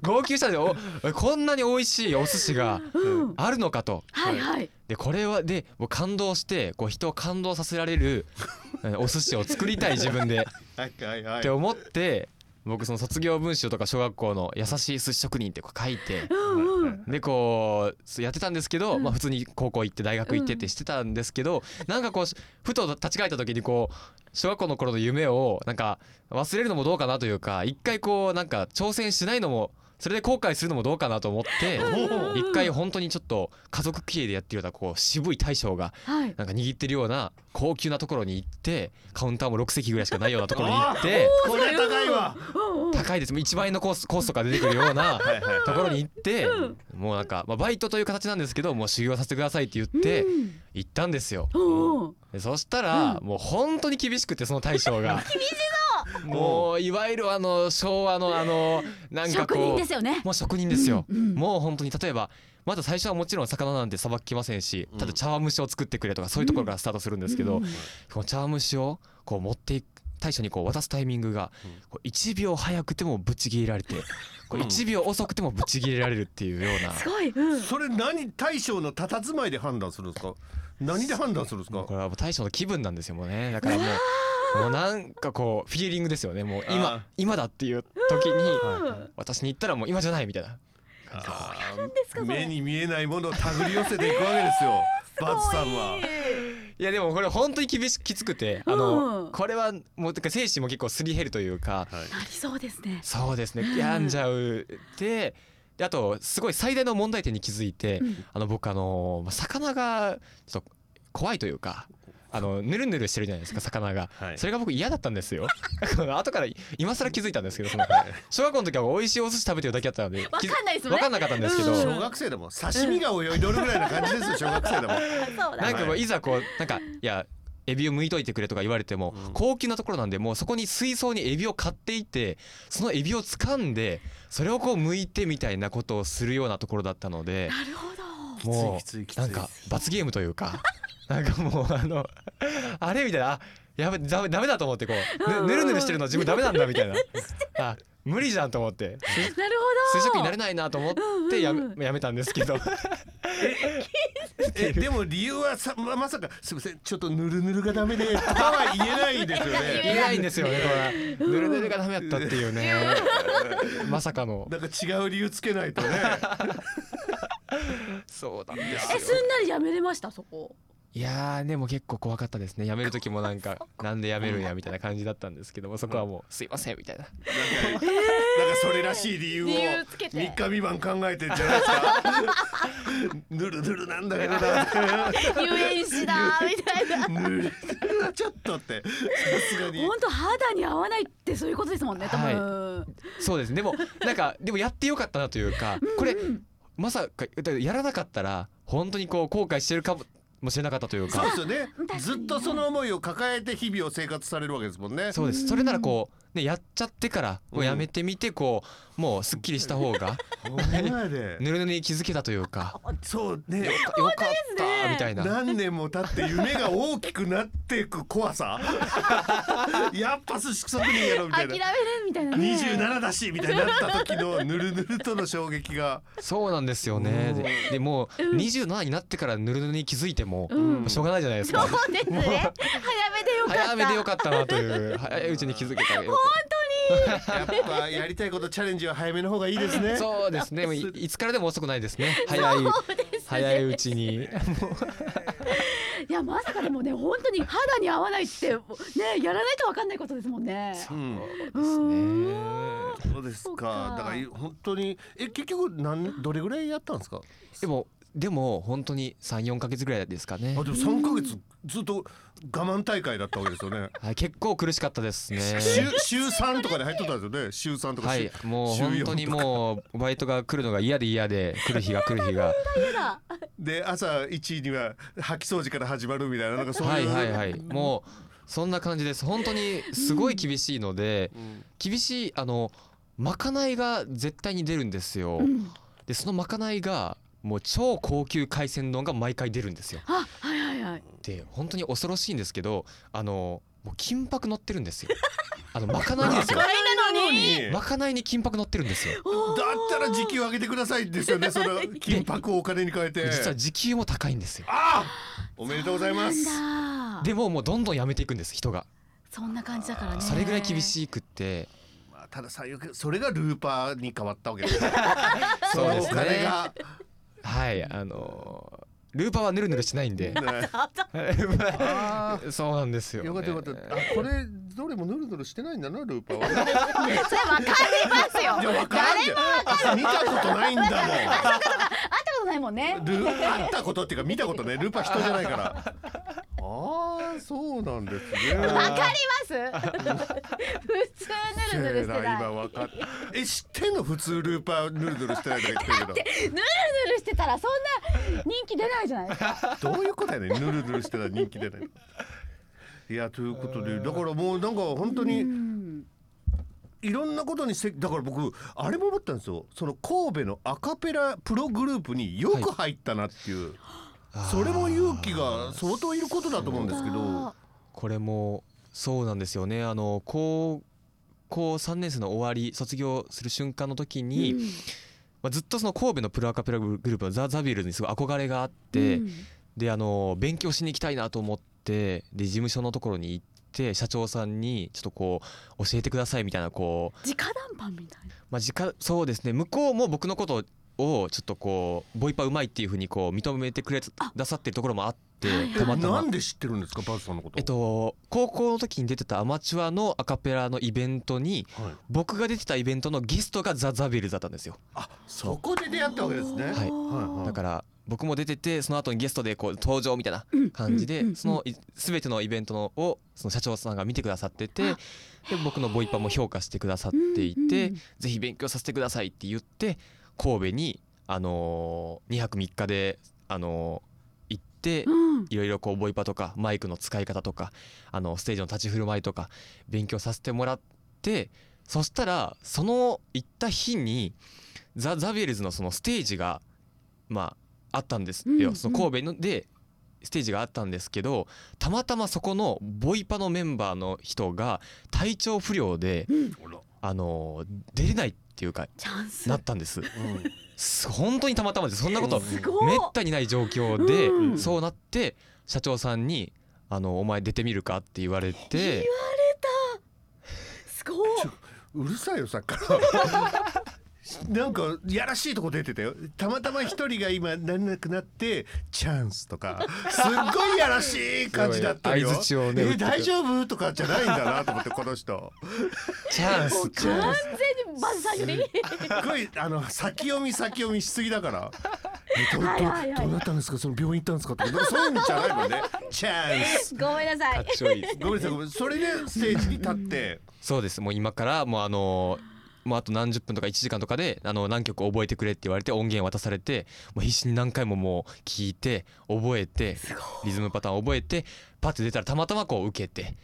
号泣したんですよおこんなに美味しいお寿司が
うん
あるのかと
はいはい
でこれはでもう感動してこう人を感動させられるえお寿司を作りたい自分でっ
はいはいはい
て。思って僕その卒業文集とか小学校の「優しい寿司職人」ってこう書いて
うんうん
でこうそうやってたんですけど、
うん
まあ、普通に高校行って大学行ってってしてたんですけど、なんかこうしふと立ち返った時にこう小学校の頃の夢をなんか忘れるのもどうかなというか一回こうなんか挑戦しないのもそれで後悔するのもどうかなと思って
お
一回本当にちょっと家族経営でやってるようなこう渋い大将が
はい
なんか握ってるような高級なところに行ってカウンターも6席ぐらいしかないようなところに行って
これは高いわ。
うんうん
高いですもう1万円のコースコースとか出てくるよう な
はいはい
ところに行ってもうなんか、まあ、バイトという形なんですけどもう修行させてくださいって言って
うん
行ったんですよ。
うんうん
でそしたらもう本当に厳しくてその大将が もういわゆるあの昭和のあのなんか
職
こ
人
う
ですよね
もう職人ですよ、
うんうん
もう本当に例えばまだ最初はもちろん魚なんてさばきませんし
うん
ただ茶碗蒸しを作ってくれとかそういうところからスタートするんですけど、
うん
この茶碗蒸しをこう持っていく大将にこう渡すタイミングが
うん
こう1秒早くてもぶち切れら れてこう
うん
1秒遅くてもぶち切れられるっていうような。
すごい、うん、
それ何大将の佇まいで判断するんですか。何で判断するんです
もう
か
こ。れはもう大将の気分なんですよもう ねだからもうもうなんかこうフィーリングですよねもう
あー
今今だっていう時
わ
に
ー
私に言ったらもう今じゃないみたいな
あー
ですかそれ
目に見えないものを手繰り寄せていくわけですよ。バズさんは。
いやでもこれ本当に厳しきつくてあの、
うん
これはもうてか精神も結構すり減るというか
はい
なりそうですね
そうですね病んじゃうでであとすごい最大の問題点に気づいて、
うん
あの僕あのまあ魚がちょっと怖いというか。あのぬるぬるしてるじゃないですか魚が、
はい
それが僕嫌だったんですよ この後から今更気づいたんですけどその小学校の時は美味しいお寿司食べてるだけだったので
わかんないですよね
分かんなかったんですけど、
うん
小学生でも刺身が泳いどるぐらいな感じですよ。小学生でも。
そう
な
だ
んかもういざこうなんかいやエビを剥いといてくれとか言われても、
うん
高級なところなんでもうそこに水槽にエビを買っていてそのエビを掴んでそれをこう剥いてみたいなことをするようなところだったので
なるほど
つい
も
きついきついう
なんか罰ゲームというか なんかもうあの あれみたいなあやべダメダメだと思ってこ
うんう
うんぬぬるぬるしてるの自分ダメなんだみた いなあ無理じゃんと思って
なるほ
水食
ど
になれないなと思ってや
うんうんう
めやめたんです けど
えでも理由はさままさかすみませんちょっとぬるぬるがダメでとかは言えないですよ
言え
ね。
ないんですよねこれぬるぬるがダメだったっていうねまさかの
なんか違う理由つけないとね。
そうなんで
えすんなりやめれましたそこ
いやーでも結構怖かったですね辞める時もなんかなんで辞めるんやみたいな感じだったんですけどもそこはもうすいませんみたいな
なんかなんかそれらしい理由を
理由つけて
三日三晩考えてんじゃないですか ぬるぬるなんだけどな
遊園地だみたい な
ぬる ぬるはちょっとってさすがに
本当肌に合わないってそういうことですもんね多分、
そうですねでもなんかでもやってよかったなというかこれまさかだからやらなかったら本当にこう後悔してるかもしれなかったとい う
そう
か
ですよね
確かに
ずっとその思いを抱えて日々を生活されるわけですもんね
そうですそれならこうねやっちゃってからもうやめてみてこうもうすっきりした方が
ほんまやで
ぬるぬるに気づけたというか
そうね
よかったみたいな
何年も経って夢が大きくなっていく怖さ やっぱ寿司職人やろみた
諦
い
め
な
るみたいなね
27だしみたいになった時の ぬるぬるとの衝撃が
そうなんですよねででもう27になってからぬるぬるに気づいても
うん
しょうがないじゃないです
そ
か
うですね早めでよかった
早めでよかったなという早いうちに気づけたよ
やっぱやりたいことチャレンジは早めの方がいいです ね
そうですねもういいつからでも遅くないです ね早い早いうちに
いやまさかでもね本当に肌に合わないってねやらないとわかんないことですもんね。
うん
ですね
そうです
そ
か
うか
だから本当にえ結局なんどれぐらいやったんですか
でもでも本当に34か月ぐらいですかね
あでも3ヶ月ずっと我慢大会だったわけですよね
はい結構苦しかったですね
週週3とかで入っとったんですよね週3とか
は
週
いもう本当に
週四とか
もうバイトが来るのが嫌で嫌で来る日が来る日が
で朝1には掃き掃除から始まるみたいななんかそう
はいいうはいはいもうそんな感じです本当にすごい厳しいので
うん
厳しいあのまかないが絶対に出るんですよでそのまかないがもう超高級海鮮丼が毎回出るんですよ
あはいはいはい。
で本当に恐ろしいんですけどあのもう金箔乗ってるんですよあのまかない にですよ
なのに
まかないに金箔乗ってるんですよ
だったら時給上げてくださいですよねその金箔をお金に変えて
実は時給も高いんですよ
あおめでとうございます
なんだ
でももうどんどんやめていくんです人が
そんな感じだからね。
それぐらい厳しくって
まあただ最悪それがルーパーに変わったわけですね
そうで
お
す
金
ね
が
はいあのルーパーはぬるぬるしないんで
ね あ
そうなんです
ー
よ、ね、
よかったよかったあこれどれもヌルヌルしてないんだなルーパーは
それわかりますよ
いやわからんじゃんあ見たことないんだ
会ったことないもんね
もん。ルー会ったことっていうか見たことねルーパー人じゃないからああーそうなんですね
わかります普通ぬるぬるして
せー
ない
今わかっえ知ってんの普通ルーパーヌルヌルしてないとか言ってる
ぬ
け
るぬるしてたらそんな人気出ないじゃないですか
どどういうことやねんヌルヌルしてたら人気出ないいやということでだからもうなんか本当に
うん
いろんなことにせだから僕あれも思ったんですよその神戸のアカペラプログループによく入ったなっていう、それも勇気が相当いることだと思うんですけど
これもそうなんですよねあの高校3年生の終わり卒業する瞬間の時に、
うん
まあ、ずっとその神戸のプロアカペラグループのザ・ザビエルにすごい憧れがあって、
うん
であの勉強しに行きたいなと思ってで事務所のところに行って社長さんにちょっとこう教えてくださいみたいなこう、
直談判みたいな。
まあ、直そうですね向こうも僕のことをちょっとこうボイパうまいっていうふうにこう認めてくれ
あ
ださってるところもあって
はい
たまた
な
ま
んで知ってるんですかバズさんのこと、
えっと、高校の時に出てたアマチュアのアカペラのイベントに
はい、
僕が出てたイベントのゲストがザ・ザビエルズだったんですよ
あそこで出会ったわけですね、
いはい
はい
だから僕も出ててその後にゲストでこう登場みたいな感じ
うんうんう
で
ん
そのい全てのイベントのをその社長さんが見てくださっててで僕のボイパも評価してくださってい
うん
て
うん
ぜひ勉強させてくださいって言って神戸にあの2泊3日であのー行って
うん
いろいろこうボイパとかマイクの使い方とかあのステージの立ち振る舞いとか勉強させてもらってそしたらその行った日にザ・ザビエルズのそのステージがまああったんですよ、
うんうん
その神戸のでステージがあったんですけどたまたまそこのボイパのメンバーの人が体調不良で、
あら
あの出れないっていうか
チャンス
な。ったんです
うん
す 本当にたまたまですそんなこと
す
ごい
めったにない状況で、
うん
そうなって社長さんに「あのお前出てみるか?」って言われて
すごいう
るさいよさっきからなんかやらしいとこ出てたよたまたま一人が今なんなくなってチャンスとかすっごいやらしい感じだったよ
相槌をね打っ
え
てくる
大丈夫とかじゃないんだなと思ってこの人
チャンスチャンス
全にまず最初に
すっごいあの先読み先読みしすぎだから。えどど
はいはいはい
どうなったんですかその病院行ったんですかとかそういうんじゃないもんねチャンス
ごめんなさ
か
い
っちょいいです
ごめんなさいごめんなさいそれでステージに立って
そうですもう今からもうあのもうあと何十分とか1時間とかであの何曲覚えてくれって言われて音源渡されてもう必死に何回ももう聞いて覚えてリズムパターン覚えてパッて出たらたまたまこう受けて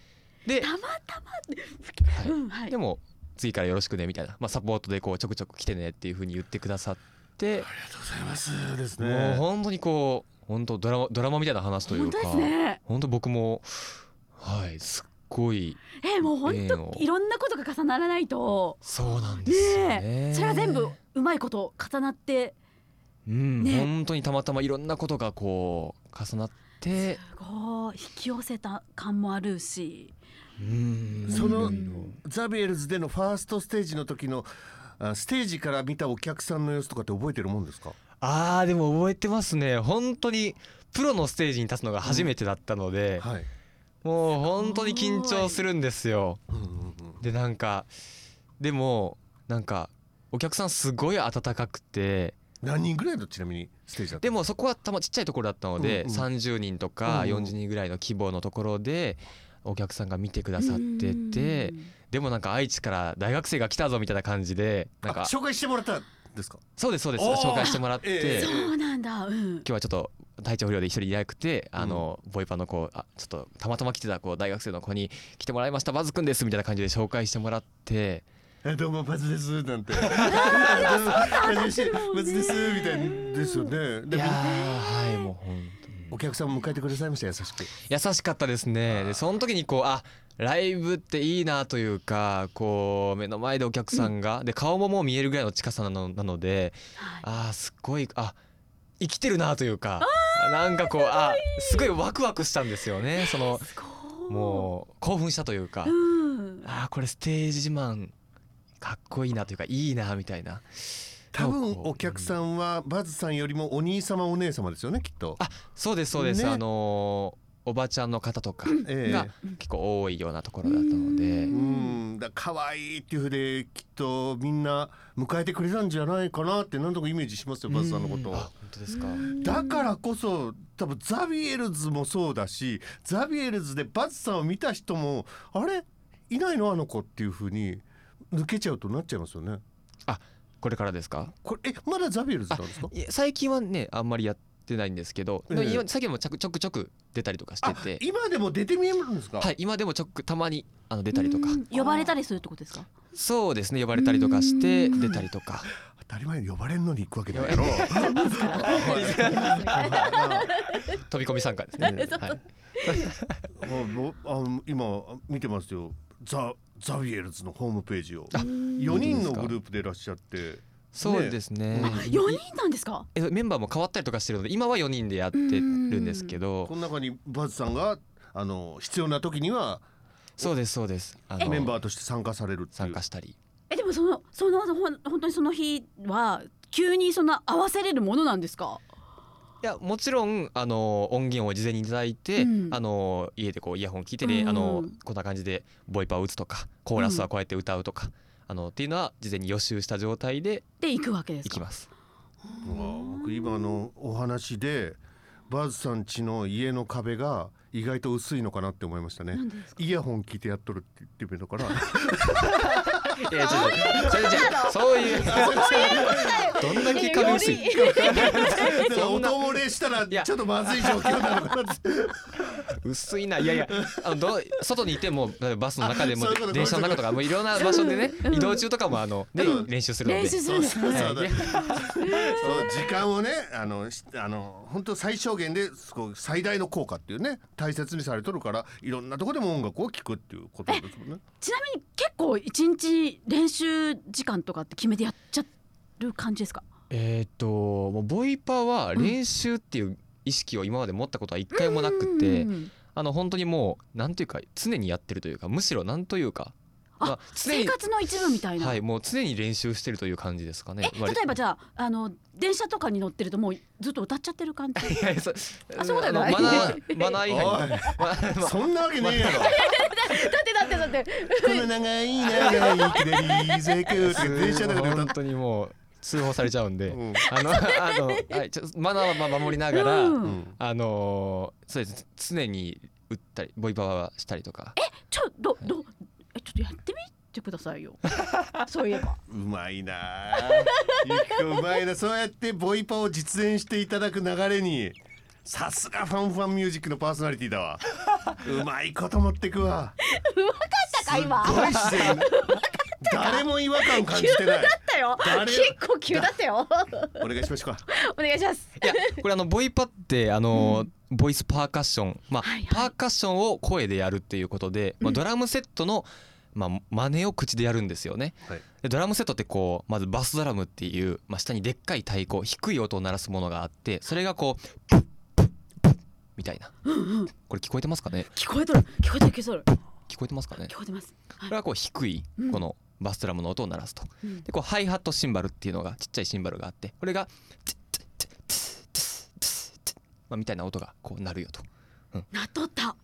で
たまたま
はい
うんはい
でも次からよろしくねみたいな、まあ、サポートでこうちょくちょく来てねっていう風に言ってくださって、
ありがとうございますです
もう
ね
本当にこう本当ドラマドラマみたいな話という
本当
か
ですね
本当僕もはいすっごい
えもう本
例の
当いろんなことが重ならないと
そうなん
ね
ですよね
えそれは全部うまいこと重なって
うん、
ね
本当にたまたまいろんなことがこう重なって
すごい引き寄せた感もあるし
うん
その
いろいろ
ザビエルズでのファーストステージの時のあステージから見たお客さんの様子とかって覚えてるもんですか
あーでも覚えてますね本当にプロのステージに立つのが初めてだったので、
はい、
もう本当に緊張するんですよ
うんうんうん
でなんかでもなんかお客さんすごい温かくて
何人ぐらいのちなみにステージだった
でもそこはたまちっちゃいところだったので、
うんうん
30人とか
うんうん
40人ぐらいの規模のところでお客さんが見てくださってて
うん
でもなんか愛知から大学生が来たぞみたいな感じでなん
あ
か
紹介してもらったんですか
そうですそうです
おー
紹介してもらって、
ええ
今
そうなんだうん
日はちょっと体調不良で一人いなくてあの、ボイパの子あちょっとたまたま来てた子大学生の子に来てもらいましたバズくんですみたいな感じで紹介してもらって
えどうもバズですなん てどうもバズですバズですみたいですよね
い
で
やーはいもう本当に。
お客さんも迎えてくださいました優しく
優しかったですねでその時にこうあライブっていいなというかこう目の前でお客さんが、で顔ももう見えるぐらいの近さなのなので
はい
あーすっごいあ生きてるなというかなんかこうあすごいワクワクしたんですよねその
すごい
もう興奮したというか、
うん
あーこれステージ自慢かっこいいなというかいいなみたいな
多分お客
ん
さんはバズさんよりもお兄様お姉様ですよねきっと
あそうですそうです、
ね
あのーおばちゃんの方とか
ええ
が結構多いようなところだったので
う。んだ可愛いっていうふうできっとみんな迎えてくれたんじゃないかなってなんとかイメージしますよバズさんのことを
あ本当ですか。
だからこそ多分ザビエルズもそうだしザビエルズでバズさんを見た人もあれいないのあの子っていうふうに抜けちゃうとなっちゃいますよね。
これからですか。
これえまだザビエルズなんですか
いや最近はねあんまりやってないんですけど、
ええ
今最近もちょくちょくちょく出たりとかし
あ
てて、
今でも出てみえるんですか、
はい今でもちょくたまにあの出たりとか
う、ん呼ばれたりするってことですか
そうですね呼ばれたりとかして出たりと か。
当たり前に呼ばれるのに行くわけだやろ
飛び込み参加ですね。はい
もうもうあの今見てますよザ・ザビエルズのホームページを
あ
4人のグループでいらっしゃって
そうですね。
ね
4人なんですか
えメンバーも変わったりとかしてるので今は4人でやってるんですけど
この中にバズさんがあの必要な時には
そうですそうですあ
メンバー
ー
として参加されるっていう
参加したり
えでもそのそのほん本当にその日は急にそんな合わせれるものなんですか
いやもちろんあの音源を事前にいただいて、
うん
あの家でこうイヤホン聞いて
う
ね、
んうん
あのこんな感じでボイパを打つとかコーラスはこうやって歌うとか、あのっていうのは事前に予習した状態で
で行くわけです
い
か
きます。
うわ僕今のお話でバズさん家の家の壁が意外と薄いのかなって思いましたね
なんでですか
イヤホン聞いてやっとるって言ってみるのかな
いやいやちょっとそれじゃそういうどんだけ壁薄い
よ
い
だからお供れしたら
いや
ちょっとまずい状況なのかなって
薄いないやいやあのどう外にいても例えばバスの中でも
あそういうこと
電車の中とかもういろんな場所でね
うん
移動中とかもあの、ね、練習するので
練習す
そ
る
う
んです
そう
か
そう
は
そ
いう
時間をねあのしあの本当最小限ですごい最大の効果っていうね大切にされとるからいろんなとこでも音楽を聴くっていうことです もんね
ちなみに結構一日練習時間とかって決めてやっちゃる感じですか
えーっともうボイパは練習っていう意識を今まで持ったことは一回もなくて、
うん
あの本当にもうなんというか常にやってるというかむしろなんというか
あ
まあ、常
生
に
活の一部みたいな、
はいもう常に練習してるという感じですかね
え例えばじゃああの電車とかに乗ってるともうずっと歌っちゃってる 感じ
いやいやそ
あそうだよね
あのマナーマナー違反
おい
まあまあ
そんなわけねえやろ
だってだってだって
この長い長い左ゼクって電車の中で歌っ
本当にもう通報されちゃうんで、
うん
あの あの、はい、ちょマナーはまあ守りながら、
う、
うんん
あのーそうです常に打ったりボイパワーしたりとか
ちょどどえちょっとやってみてくださいよ
そういえば
うまいなあゆきこうまいなそうやってボイパを実演していただく流れにさすがファンファンミュージックのパーソナリティだわうまいこと持ってくわ
だから今
すごい自然誰も違和感感じて
急だ
な
っ
い
たよ
誰
結構急だった よ
お願いしましょうか
お願いします
いやこれあのボイパってあのー、ボイスパーカッション、まあ
はいはい
パーカッションを声でやるっていうことで、まあ、ドラムセットの、まあ、真似を口でやるんですよね、
はい
でドラムセットってこうまずバスドラムっていう、まあ、下にでっかい太鼓低い音を鳴らすものがあってそれがこうプップップッみたいなこれ聞こえてますかね
聞こえとる聞こえとる聞こえとる
聞こえてますかね
聞こえてます、は
こ
い
れはこう低い
うん
このバスドラムの音を鳴らすと
うん
でこうハイハットシンバルっていうのがちっちゃいシンバルがあってこれがツッツッツッツッツッツッツッまあみたいな音がこう鳴るよと
なっとった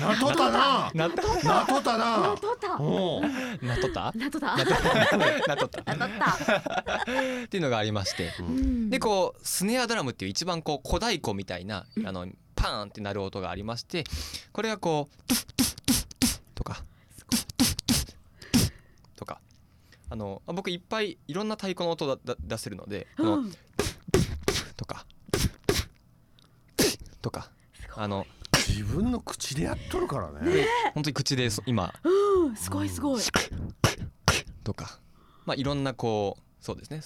なっとったな
なっ
なっとった
な
な
っとった
おう
なっとった
なっとった
なっとったなっとった
なっとった、
っていうのがありまして
うん
でこうスネアドラムっていう一番こう小太鼓みたいな
うん
あのパーンって鳴る音がありましてこれがこうトゥフトゥフトゥフトゥフとかとかあの僕いっぱいいろんな太鼓の音だだ出せるのでこの
うん
とかとかあの
自分の口でやっとるからね
本当に口でそ今
うんすごいすごい、
とかまあいろんなこうそうですね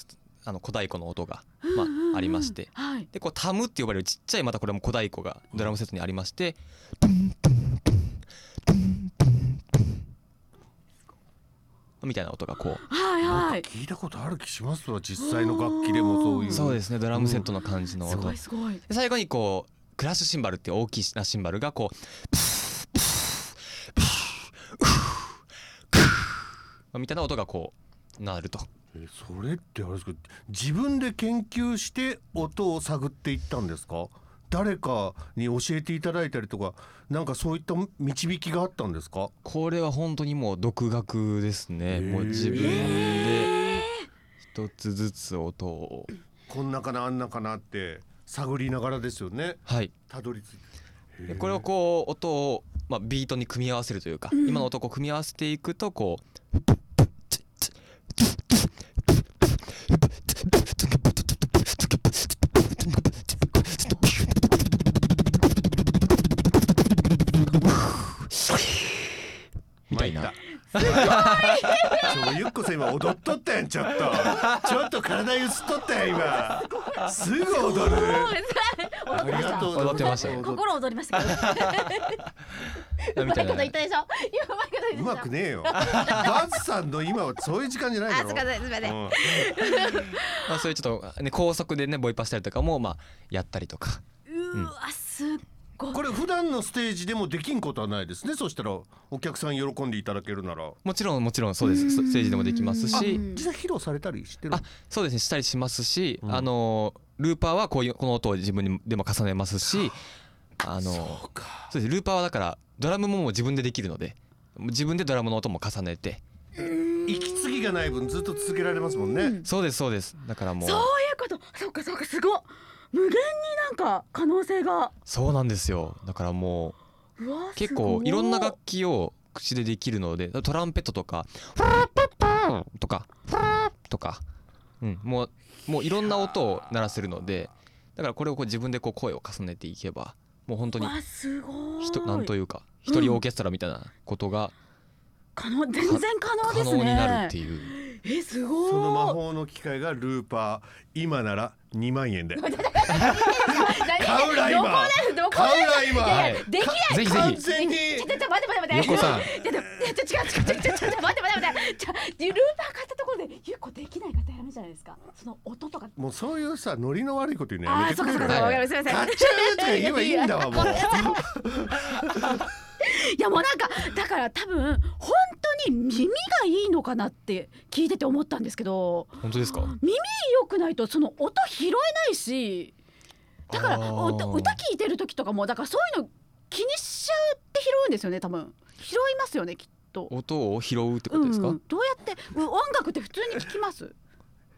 あの小太鼓の音が
うん
ま
うんうん
あありまして
はい
でこうタムって呼ばれるちっちゃいまたこれも小太鼓がドラムセットにありましてみたいな音がこ
はい
な
は
ん
い
か聞いたことある気しますわ実際の楽器でもそういう
うそうですすねドラムセットの感じの
す
音
ごい
です
ごい
最後にこうクラッシュシンバルっていう大きなシンバルがこうプープープープープーまあみたいな音がこう鳴ると
それってあれですか自分で研究して音を探っていったんですか誰かに教えていただいたりとかなんかそういった導きがあったんですか
これは本当にもう独学ですね
へー
もう自分で一つずつ音を
こんなかなあんなかなって探りながらですよね
はい
たどり着いて
でこれをこう音を、まあ、ビートに組み合わせるというか、
うん
今の音をこう組み合わせていくとこう。みたいな
参ったちょゆっこさん今踊っとったやんちょっとちょっと体揺すっとったやん今すぐ踊る
踊ってました
うござい
踊ってましたよ
心躍りましたけど
う
み
まいこ
たいな
と言ったでしょ今うまいこと
う
言ったでしょ
まくねえ よバズさんの今はそういう時間じゃない
あ
だ
す
ろ
みませんすみません
うん
まあそういうちょっとね高速でねボイパしたりとかもまあやったりとか
うーわすっごい
これ普段のステージでもできんことはないですねそしたらお客さん喜んでいただけるなら
もちろんもちろんそうですステージでもできますし
うん
実際披露されたりしてる
あそうですねしたりしますし、
うん
あのルーパーはこういうこの音を自分にでも重ねますしあのそう
か
うですルーパーはだからドラムももう自分でできるので自分でドラムの音も重ねて
息継ぎがない分ずっと続けられますもんね
そうですそうですだからもう
そういうことそうかそうかすごっ無限になんか可能性が
そうなんですよだからも
うわ
う結構いろんな楽
器
器を口でできるのでトランペットとかとかとか、うん、もうもういろんな音を鳴らせるのでだからこれをこう自分でこう声を重ねていけばもう本当に
わすごい
ひとなんと
いう
いうか一人オーケストラみたいなことが
可能全然可能
可
です
能
ね
になるっていう、
えすごい
その魔法の機械がルーパー今なら2万円 で買うライ
どこ
バ
だよど
ー
こだ
買うライ
い
バ
やいやできない
ぜひぜ
ー完
ひ
全に
ちょちょちょ待って待って待って
ゆこさん
ちょちょちょ違う違う違うちょちょ待って待って待ってちょルーパー買ったところでゆっこできない方やめじゃないですかその音とか
もうそういうさノリの悪いこと言うのや
あ
め
あ
て
そ
く
うか
れ
そう
る
かそうかわかりますすみませ
はい
ん
買っちゃうとか言えばいいん だわもう
ごめんなさい
いやもうなんかだから多分本り耳がいいのかなって聞いてて思ったんですけど
本当ですか
良くないとその音拾えないしだから
あー
お歌歌聞いてる時とかもだからそういうの気にしちゃうって拾うんですよね多分拾いますよねきっと。
音を拾うってことですか、
うん、どうやってう音楽って普通に聞きます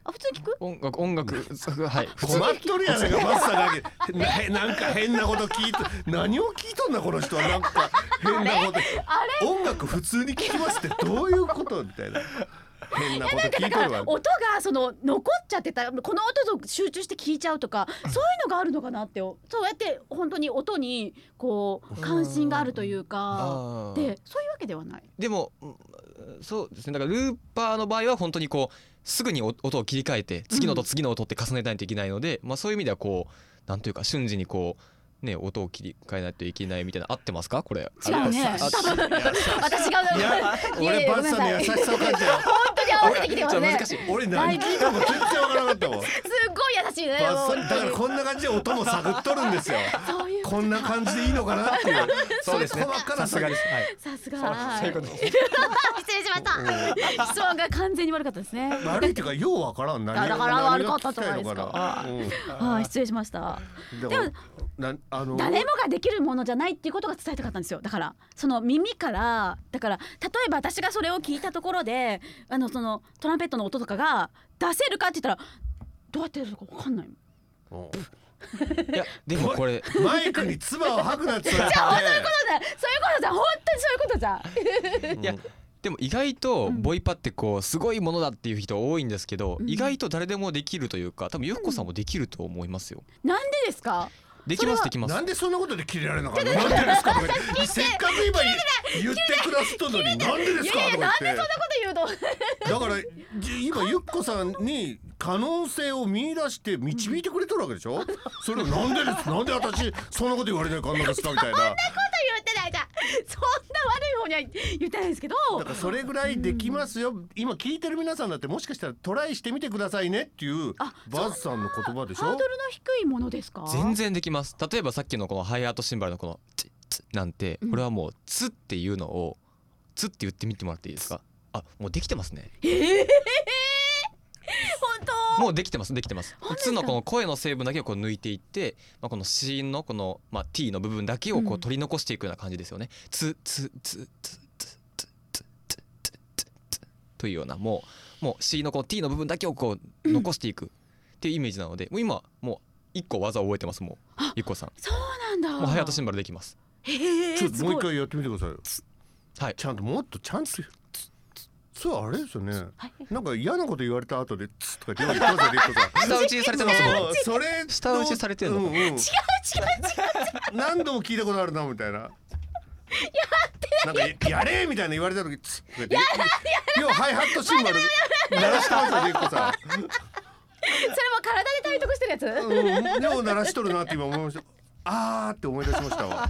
あ普通に聞く
音楽音楽そうはい普通
困っとるやないかマスターだけなへなんか変なこと聞いて何を聞いとんだこの人はなんか変なこと
あ
音楽普通に聞きますってどういうことみたいな変なこと聞
だ
いと
か
る
ら
わ
音がその残っちゃってたこの音と集中して聞いちゃうとかそういうのがあるのかなってそうやって本当に音にこう関心があるというか
あー
でそういうわけではない。
でもうんそうですねだからルーパーの場合は本当にこうすぐにお音を切り替えて次の音、
うん
次の音って重ねないといけないので、まあ、そういう意味ではこうなんというか瞬時にこうね音を切り替えないといけないみたいな合ってますかこれ
違うね
あ優しい
私が
いや
いやい
俺
や
バツさんの優し
ごめんなさい
さを感じたよ
本当に合わせてきてます
ちょっと
ね。
難
す
しい
俺何聞いたか全然わからなかったもん
っごい優しいね。
バ
も
ツさ
う
んだからこんな感じで音も探っとるんですよ
そういう
こんな感じでいいのかなっていうそういう細かな
さすがですはい
さすが。
そういうことです
失礼しました。質問が完全に悪かったですね。
悪いっていうかようわからん何
だから
何が
悪かったじゃないですか
聞きたいのか
はい、失礼しました。
なうんだからなあの
誰もができるものじゃないっていうことが伝えたかったんですよだからその耳からだから例えば私がそれを聞いたところであのそのトランペットの音とかが出せるかって言ったらどうやってやるのか分かんないもん
うん
いやでもこれ
マイクに唾を吐くなって言わ
そうだそういうことじゃん本当にそういうことじゃん
れて
いやでも意外とボイパってこうすごいものだっていう人多いんですけど、
うん
意外と誰でもできるというか多分ゆきこさんもできると思いますよ、
なんでですか
できますできます
なんでそんなことで切れられなかったのなんでですかとか言ってせっかく今言ってくだすとのになんでですかとか言って
いやなんでそんなこと言う
だ
の
からじ今ゆっこさんに可能性を見出して導いてくれとるわけでしょそれをなんでですなんで私そんなこと言われないかんのです かみたいな
言ってないじゃんそんな悪い方には言ってないですけど
だからそれぐらいできますよ今聞いてる皆さんだってもしかしたらトライしてみてくださいねっていう
あ
バズさんの言葉でし
ハード
ょ
ルの低いものですか
全然できます例えばさっきのこのハイアートシンバルのこの「ツッツッ」なんて
うん
これはもう「ツ」っていうのを「ツ」って言ってみてもらっていいですかあもうできてますね
ええ本当
もうできてますできてます
本当ですか
ツのこの声の成分だけをこう抜いていって、まあ、この子音のこの、まあ、T の部分だけをこ
う
うん取り残していくような感じですよね「ツツツツツツツツツツツ」というようなもうもう C のこの T の部分だけをこう残していくっていうイメージなのでもう今もう一個技を覚えてますもうゆっこさん
そうなんだ
もうハイアートシンバルできます
へえ
ちょっ
す
ともう一
ごい
回やってみてくださいよ
はい
ちゃんともっとちゃんとそうあれですよね
はい
なんか嫌なこと言われた後で「つ」とか言ってくださいね一個さん
下打ちされてますもん
そうそれと
下打ちされてんのか
うんうん何度も聞いたことあるなみたいなやってなんかやれみたいな言われた時つやだやだ要はハイハットシンバル鳴らしてますよねゆっこさ
それも体で体得してるやつ
んうんでも鳴らしとるなって今思いましたあーって思い出しましたわ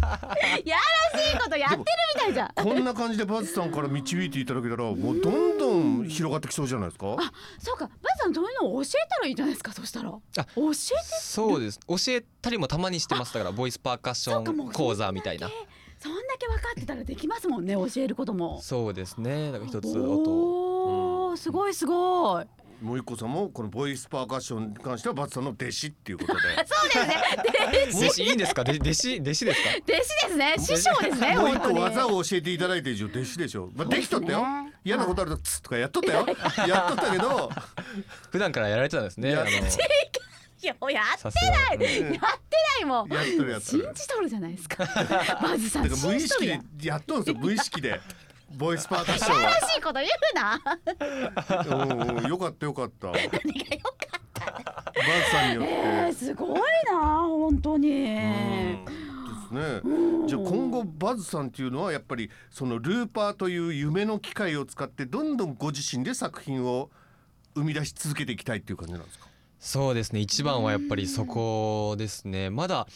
やらしいことやってるみたいじゃん。
こんな感じでバズさんから導いていただけたらもうどんどん広がってきそうじゃないですか
そうか、バズさんそういうのを教えたらいいじゃないですか。そしたら。教えて。
そうです教えたりもたまにしてますだからボイスパーカッシ
そうか
ョ
も
ン
う
講座みたいな
そんだけ分かってたらできますもんね。教えることも。
そうですねだから一つ音
お
を
お、すごいすごい。
もう一個さんもこのボイスパーカッションに関してはバズさんの弟子っていうこと で
あ、そう ですね。
弟子いいんですかで弟子弟子ですか
弟子ですね。師匠ですね。
もう
本
一
当
個
に。
技を教えていただいて以上弟子でしょ、まあ、できとったよ
そうですね
嫌なことあるとつとかやっと ったよやっとったけど
普段からやられてたんですね
いや
あの
いや、や
さすが
ってない。やってないもん。
やっとるやっと
信
る
じとるじゃな いですか。バズさ
だ
ん。
から
信
無意
じと
識
るや
で
ん。
やっとるんですよ無意識でボイスパーカッション
やらしいこと言う な。
は うんうんよかったよかったバズ
何がよかっ
さんによって、
た。えーすごいな、本当に。
うんですね、じゃあ今後バズさんっていうのはやっぱりそのルーパーという夢の機械を使ってどんどんご自身で作品を生み出し続けていきたいっていう感じなんですか
そうですね一番はやっぱりそこですねまだ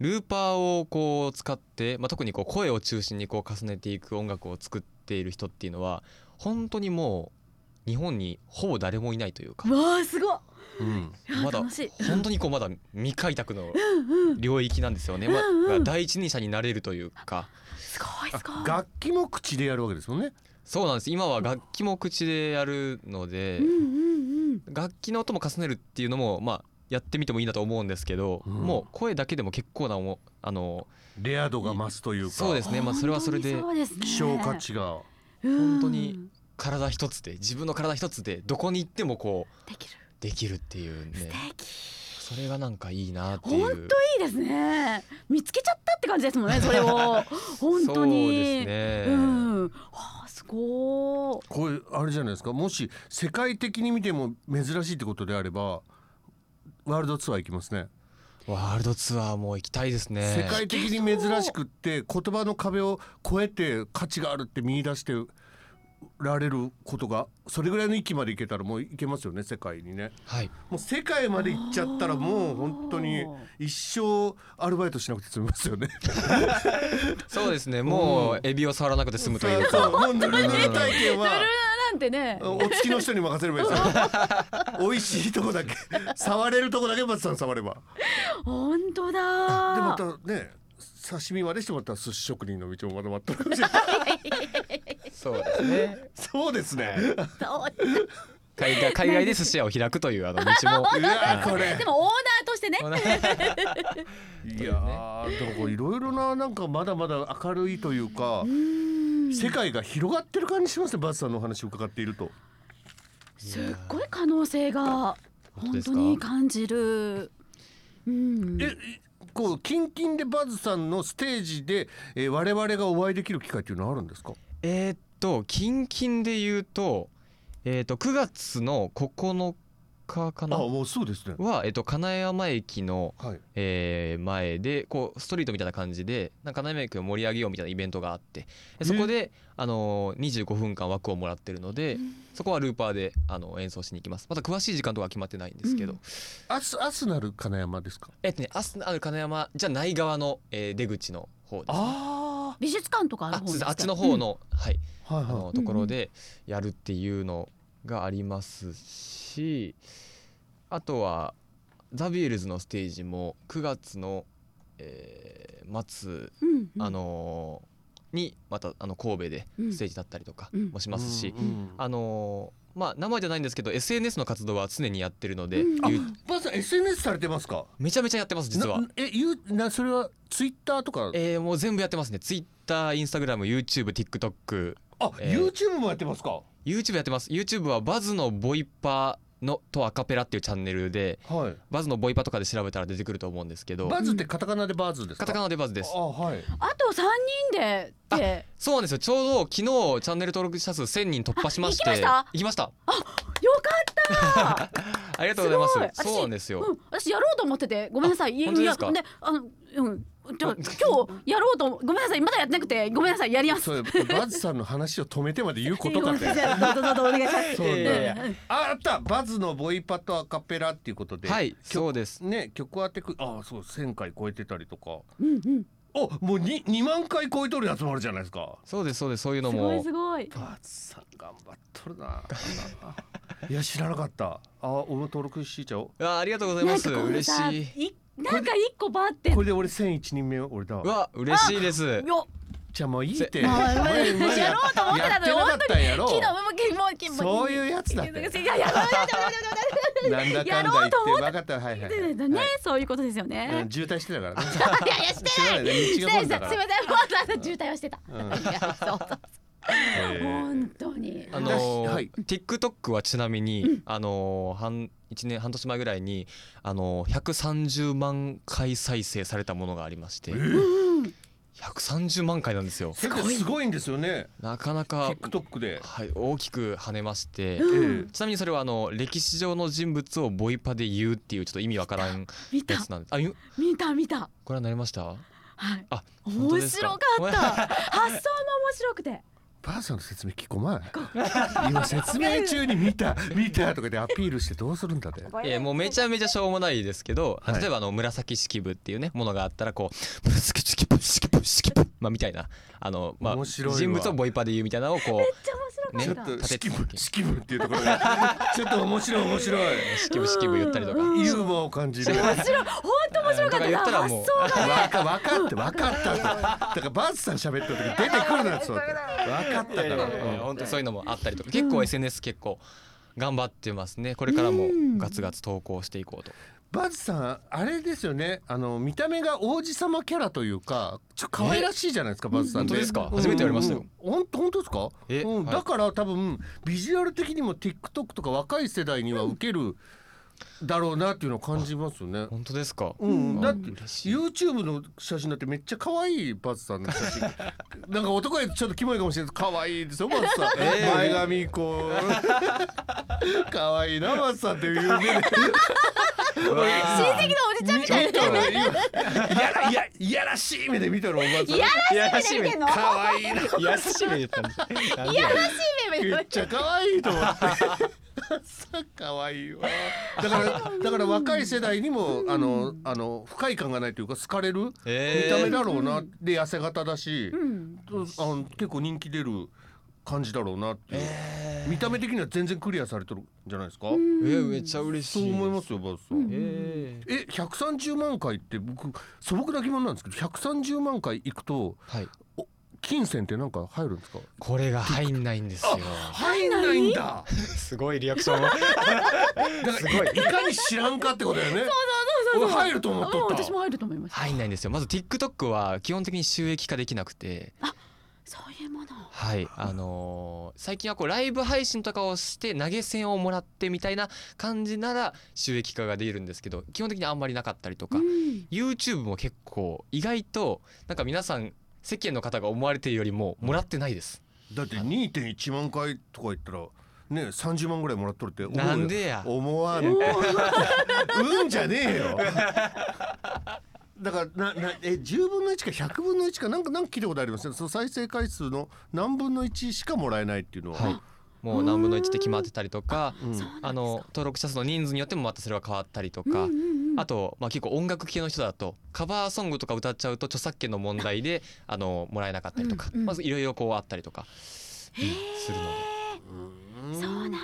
ルーパーをこう使って、まあ、特にこう声を中心にこう重ねていく音楽を作っている人っていうのは本当にもう日本にほぼ誰もいないというか
うわあ、すごい。
うん
や
まだ
楽しい
本当にこうまだ未開拓の領域なんですよね。ま
うんうん
あ第一人者になれるというか、
すごいすごい。
楽器も口でやるわけですもんね
そうなんです今は楽器も口でやるので
うんうんうん
楽器の音も重ねるっていうのもまあやってみてもいいなと思うんですけど、
うん
もう声だけでも結構なおもあの
レア度が増すというか
そうですねまあそれはそれで
本当にそうですね
希少価値が、
うん
本当に体一つで自分の体一つでどこに行ってもこう
できる
できるっていうね
素敵
それがなんかいいなっていう
本当いいですね見つけちゃったって感じですもんねそれを本当に
そうですね、
うんはあすごー
これあれじゃないですかもし世界的に見ても珍しいってことであればワールドツアー行きますね、
ワールドツアーも行きたいですね
世界的に珍しくって言葉の壁を越えて価値があるって見出してられることがそれぐらいの域まで行けたらもう行けますよね世界にね
はい
もう世界まで行っちゃったらもう本当に一生アルバイトしなくて済みますよね
そうですねもうエビを触らなくて済むとい う
そう
か
そうもうぬるぬる体験は
なんてね
お付きの人に任せればいいですよ美味しいとこだけ触れるとこだけ松さん触れば
本当
でま
だ
たね刺身までしてもらったら寿司職人の道もまだ待ってるかもしれ ない
そうですね
そうですね
そう
海外海外で寿司屋を開くというあの道も
うわこれ
でもオーナーとしてね
いやーでもこういろいろななんかまだまだ明るいというか世界が広がってる感じしますねバスさんのお話を伺っていると
すっごい可能性が
本当
本
です
当
か
に感じるうん
えこうキンキンでバズさんのステージで、えー我々がお会いできる機会っていうのはあるんですか
えーっと近々で言うとえーっと9月の9日か
あ
な
もうそうですね
は、えーっと金谷山駅の、
はい
えー前でこうストリートみたいな感じでなんか金谷山駅を盛り上げようみたいなイベントがあってでそこで、あのー25分間枠をもらってるので、そこはルーパーであの演奏しに行きますまた詳しい時間とかは決まってないんですけど、
うん
アスアスナル金山ですか
えーっとね明日のある金山じゃない側の、えー出口の方ですね
あ
美術館とかある
あ
方
そ
で
うですす
か
あっちの方の、はい
あはい
あの
は
ところでやるっていうのがありますしあとはザビエルズのステージも9月の、えー末、
うんうんうん
あのーにまたあの神戸で
うん
ステージだったりとか
うん
もし
い
ますし、
うんうん
あのーまあ生じゃないんですけど SNS の活動は常にやってるので、
うん
ゆ
バズさん SNS されてますか
めちゃめちゃやってます実は
な。えゆうなそれはツイッターとか
えーもう全部やってますね Twitter、Instagram、YouTube、TikTok、
あ、
えー
YouTube もやってますか
YouTube やってます YouTube はバズのボイパのとアカペラっていうチャンネルで
はい
バズのボイパとかで調べたら出てくると思うんですけど
バズってカタカナでバズですか
カタカナでバズです
あはい
あと三人でって
そうなんですよちょうど昨日チャンネル登録者数1000人突破しまして
あ行
行きました
よか った
ありがとうございます
すごい私
そうなんですよ、
うん、私やろうと思っててごめんなさいい
本当ですか
いやであのうんじゃあ今日やろうとごめんなさいまだやってなくてごめんなさいやります
それバズさんの話を止めてまで言うことかって
ごめんなさいどうぞどうぞお願いします
そう
いやいやいや
ああったバズのボイパとアカペラっていうことでは
はいそうです
ね曲当てくあそう1000回超えてたりとか
うんうん
おもう 2, 2万回超えとるやつもあるじゃないですか
そうですそうですそういうの
すごい
も
すごい
バズさん頑張っとる ないや知らなかったあ俺も登録しちゃおう
あありがとうござい
な
ま
ん
す
かこの
嬉
さ
しい
いなんか一個バーって
これで俺1001人目よ俺だわ
うわ嬉しいです
よ
じゃあもういいって
せ
お前
まあまあ
お前
やろうと思ってたの
やっ
よ
てなかったんやろ
昨日もうもう
そういうやつだっ
いや
て
いややばいやばいやばい
なんだかんだ言って分かったはいはい
やばい
は
ね
い、はい
そういうことですよ
う
ね
ん、渋滞してたからね
いやいやして
しょうがないね道が
な
混
い
ん
ですす
だ
い
か
ま
ら
せんもうあの渋滞をしてたい
うん
やそうそう
えー
本当に
あのー
はい
TikTok はちなみに、あのー半1年半年前ぐらいに、あのー130万回再生されたものがありまして、130万回なんですよ
結構すごいんですよね
なかなか、
TikTok で、
はい、大きく跳ねまして、
え
うん
ー
ちなみにそれはあの歴史上の人物をボイパで言うっていうちょっと意味わからん
見た
やつなんですあゆ
見た見た
ご覧になりました
はい
あ本当
面
です
白
か
かった発想も面白くて
ばあさんの説明聞こまい今説明中に見た見たとかでアピールしてどうするんだって
えもうめちゃめちゃしょうもないですけど、
はい
例えばあの紫式部っていうねものがあったらこう紫式部式部式部まあみたいなあのまあ
面白いわ
人物をボイパで言うみたいなのをこ
めっ
う
ちゃ面白
ね
ちょっと
立て
式
続
部
け
式部っていうところがちょっと面白い面白い
式部式部言ったりとか。
ユーモアを感じる
本当面白かった
だから言ったら
発
もう
想が
わか分かって分かったってだからバースさん喋った時出てくるなってそうだって分かったから
うん本当にそういうのもあったりとか結構 SNS 結構頑張ってますねこれからもガツガツ投稿していこうと
バズさんあれですよねあの見た目が王子様キャラというかちょっと可愛らしいじゃないですかバズさんって
本当ですか
うん
初めてやりましたよ
うんほん本当ですか
え
うん
はい
だから多分ビジュアル的にも TikTok とか若い世代には受けるだろうなっていうのを感じますよね
本当ですか
うん、
ん
だって
嬉しい
YouTube の写真だってめっちゃ可愛いバズさんの写 真なんか男やとちょっとキモいかもしれないです可愛いですよバズさん、
えー
前髪こう 可愛いなバズさんっていう目で
親戚のおじちゃんみ
ちょ
たい
っ
な
といや らいやいやらしい目で見たらおばあちゃん
いやらしい
見てんの
可愛いな
やらしい目で言ったんですなんで
めっちゃ可愛いと思ってさ可愛いわだからだから若い世代にもあのあの不快感がないというか好かれる見
え
た目
ー
だろうなで痩せ型だし、
うん
あの結構人気出る感じだろうなっていう、見た目的には全然クリアされてるんじゃないですか、
えーめっちゃ嬉し
そ
いう
思いますすよバズさん、
え
え
ー
130万回って僕素朴な疑問なんですけど130万回いくと
はい
金銭ってなんか入るんですか
これが入んないんですよ
入んないんだ
すごいリアクション
だからいかに知らんかってことだよねそうそうそう俺入ると思っとった
私も入ると思います
入んないんですよまず TikTok は基本的に収益化できなくて
そういうもの
はいあのー最近はこうライブ配信とかをして投げ銭をもらってみたいな感じなら収益化ができるんですけど基本的にあんまりなかったりとか YouTube も結構意外となんか皆さん世間の方が思われているよりももらってないです、
だって2.1万回とか言ったらね30万ぐらいもらっとるって思うよ
なんでや
思わんってうんじゃねえよだからななえ10分の1か100分の1かなんかなんか聞いたことありますねその再生回数の何分の1しかもらえないっていうのは、
はい、もう何分の1って決まってたりとか
うん
あの登録者数の人数によってもまたそれは変わったりとか、あと、まあ、結構音楽系の人だとカバーソングとか歌っちゃうと著作権の問題であのもらえなかったりとか、
うんうん
まずいろいろこうあったりとか、うんするので、
そうなんだ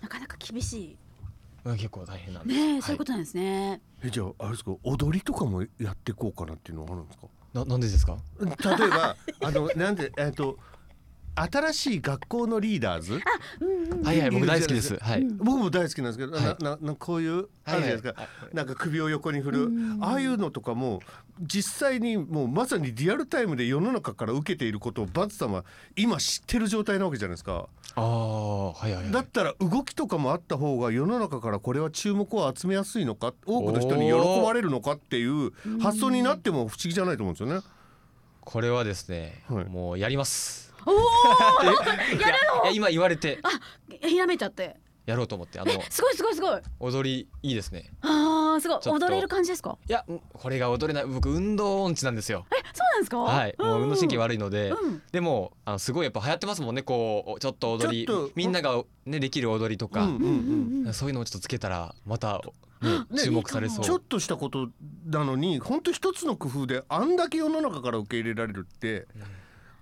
なかなか厳し
うん、結構大変なん
い
で
ねえ
は
そうい
いう
ことなんですね
えじゃああれですか踊りとかもやっていこうかなっていうのはあるんですか
ななんでですか
例えばあのなんでえっと新しい学校のリーダーズ
はいはい僕大好きですはい、
僕も大好きなんですけど、
はい
なななこういうあ
は
るじゃ
いは
ない
い
ですか、なんか首を横に振る、ああいうのとかも実際にもうまさにリアルタイムで世の中から受けていることをバズさんは今知ってる状態なわけじゃないですか
ああはいはいはい
だったら動きとかもあった方が世の中からこれは注目を集めやすいのか多くの人に喜ばれるのかっていう発想になっても不思議じゃないと思うんですよね。
これはですね、
はい
もうやります
おお
いや今言われて
ひらめいちゃって
やろうと思ってあの
えすごいすごいすごい
踊りいいですね
あーすごい
ちょっと
踊れる感じですか
いやんこれが踊れない僕運動音痴なんですよ
えそうなんですか
はいもう運動神経悪いので、
うん
でもあのすごいやっぱ流行ってますもんねこうちょっと踊り
ちょっと
みんながねできる踊りとか、
うんうんうん
そういうのをちょっとつけたらまた、ね
ね
注目されそう
ちょっとしたことなのに本当一つの工夫であんだけ世の中から受け入れられるって、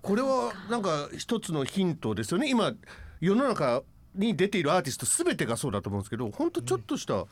これはなんか一つのヒントですよね今世の中に出ているアーティスト全てがそうだと思うんですけど本当ちょっとした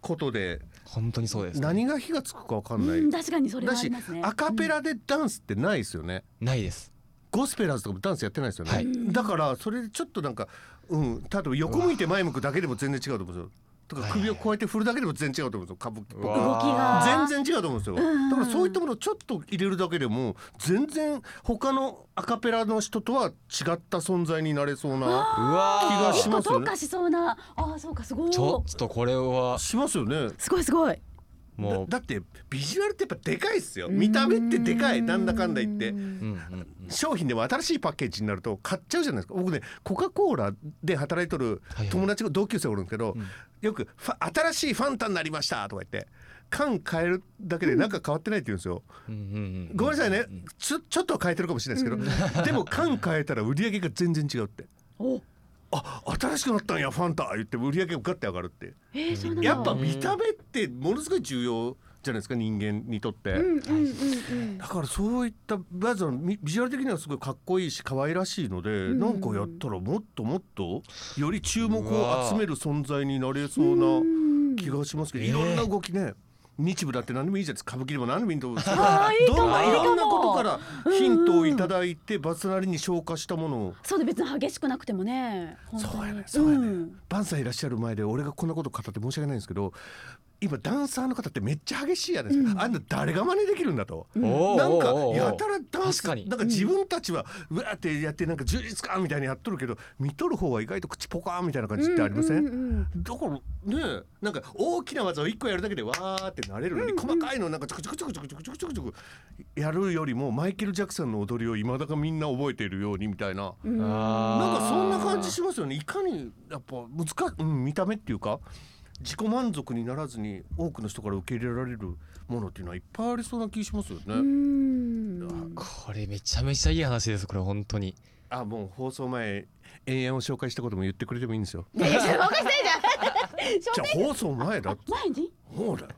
ことで
本当にそうです、
何が火がつくかわかんな
う
い、
ん確かにそれ
だ
はあり
し
ますね
アカペラでダンスってないですよね。
ないです
ゴスペラーズとかもダンスやってないですよね、
はい
だからそれでちょっとなんかうん例えば横向いて前向くだけでも全然違うと思うんですよとか
はい
首をこうやって振るだけでも全然違うと思うんですよ歌舞伎っぽく
うわ
動きが
全然違うと思うんですよ。だからそういったものをちょっと入れるだけでも全然他のアカペラの人とは違った存在になれそうな
うわー
気がし
一個
ますよ
どう
ね
か。しそうなあーそうかすごい
ちょっとこれは
しますよね。
すごいすごい
もう
だだってビジュアルってやっぱでかいっすよ。見た目ってでかいなんだかんだ言って。
うんうん
商品でも新しいパッケージになると買っちゃうじゃないですか僕ねコカ・コーラで働いとる
はいはい
友達が同級生おるんですけど、よくファ新しいファンタになりました」とか言って缶変えるだけでなんか変わってないって言うんですよ。
うんうんうん
ごめんなさいねちょちょっとは変えてるかもしれないですけど、 でも缶変えたら売り上げが全然違うって。
お
あ新しくなったんやファンタ言って売り上げがガッて上がるって
えーそうなんだ
やっぱ見た目ってものすごい重要じゃないですか人間にとって、
うんうんうんうん
だからそういったまずはみビジュアル的にはすごいかっこいいし可愛らしいので、
ん
なんかやったらもっともっとより注目を集める存在になれそう
う
なん気がしますけど、
うん
いろんな動きね日舞だって何でもいいじゃないですか歌舞伎でも何でもいいんだ けど
あーいいか
ど
も
んどんいろんなことか
いいから
ヒントをいただいてバスなりに消化したものを
そうで別に激しくなくてもね本当に
そうやねそうやね、
ん
バンさんいらっしゃる前で俺がこんなこと語って申し訳ないんですけど今ダンサーの方ってめっちゃ激しいやないですか、あんな誰が真似できるんだと。
お
なんか
ー
やたらダンス
確かに
なんか自分たちはうわーってやってなんか充実感みたいにやっとるけど見とる方は意外と口ポカーンみたいな感じってありません、
うううん
だからねなんか大きな技を一個やるだけでわーってなれるのに、細かいのなんかちょくちょくちょくちょくちょくちょくちょくちょくやるよりもマイケル・ジャクソンの踊りを今だかみんな覚えているようにみたいな。
うん
なん
な
かそんな感じしますよね。いかにやっぱ難しうん見た目っていうか自己満足にならずに多くの人から受け入れられるものっていうのはいっぱいありそうな気しますよ
う
ね。
ん
これめちゃめちゃいい話ですこれ本当に
あもう放送前永遠を紹介したことも言ってくれてもいいんですよ。
いやいや紹介してんじゃん
じゃあ放送前だって
前に
そうだよ。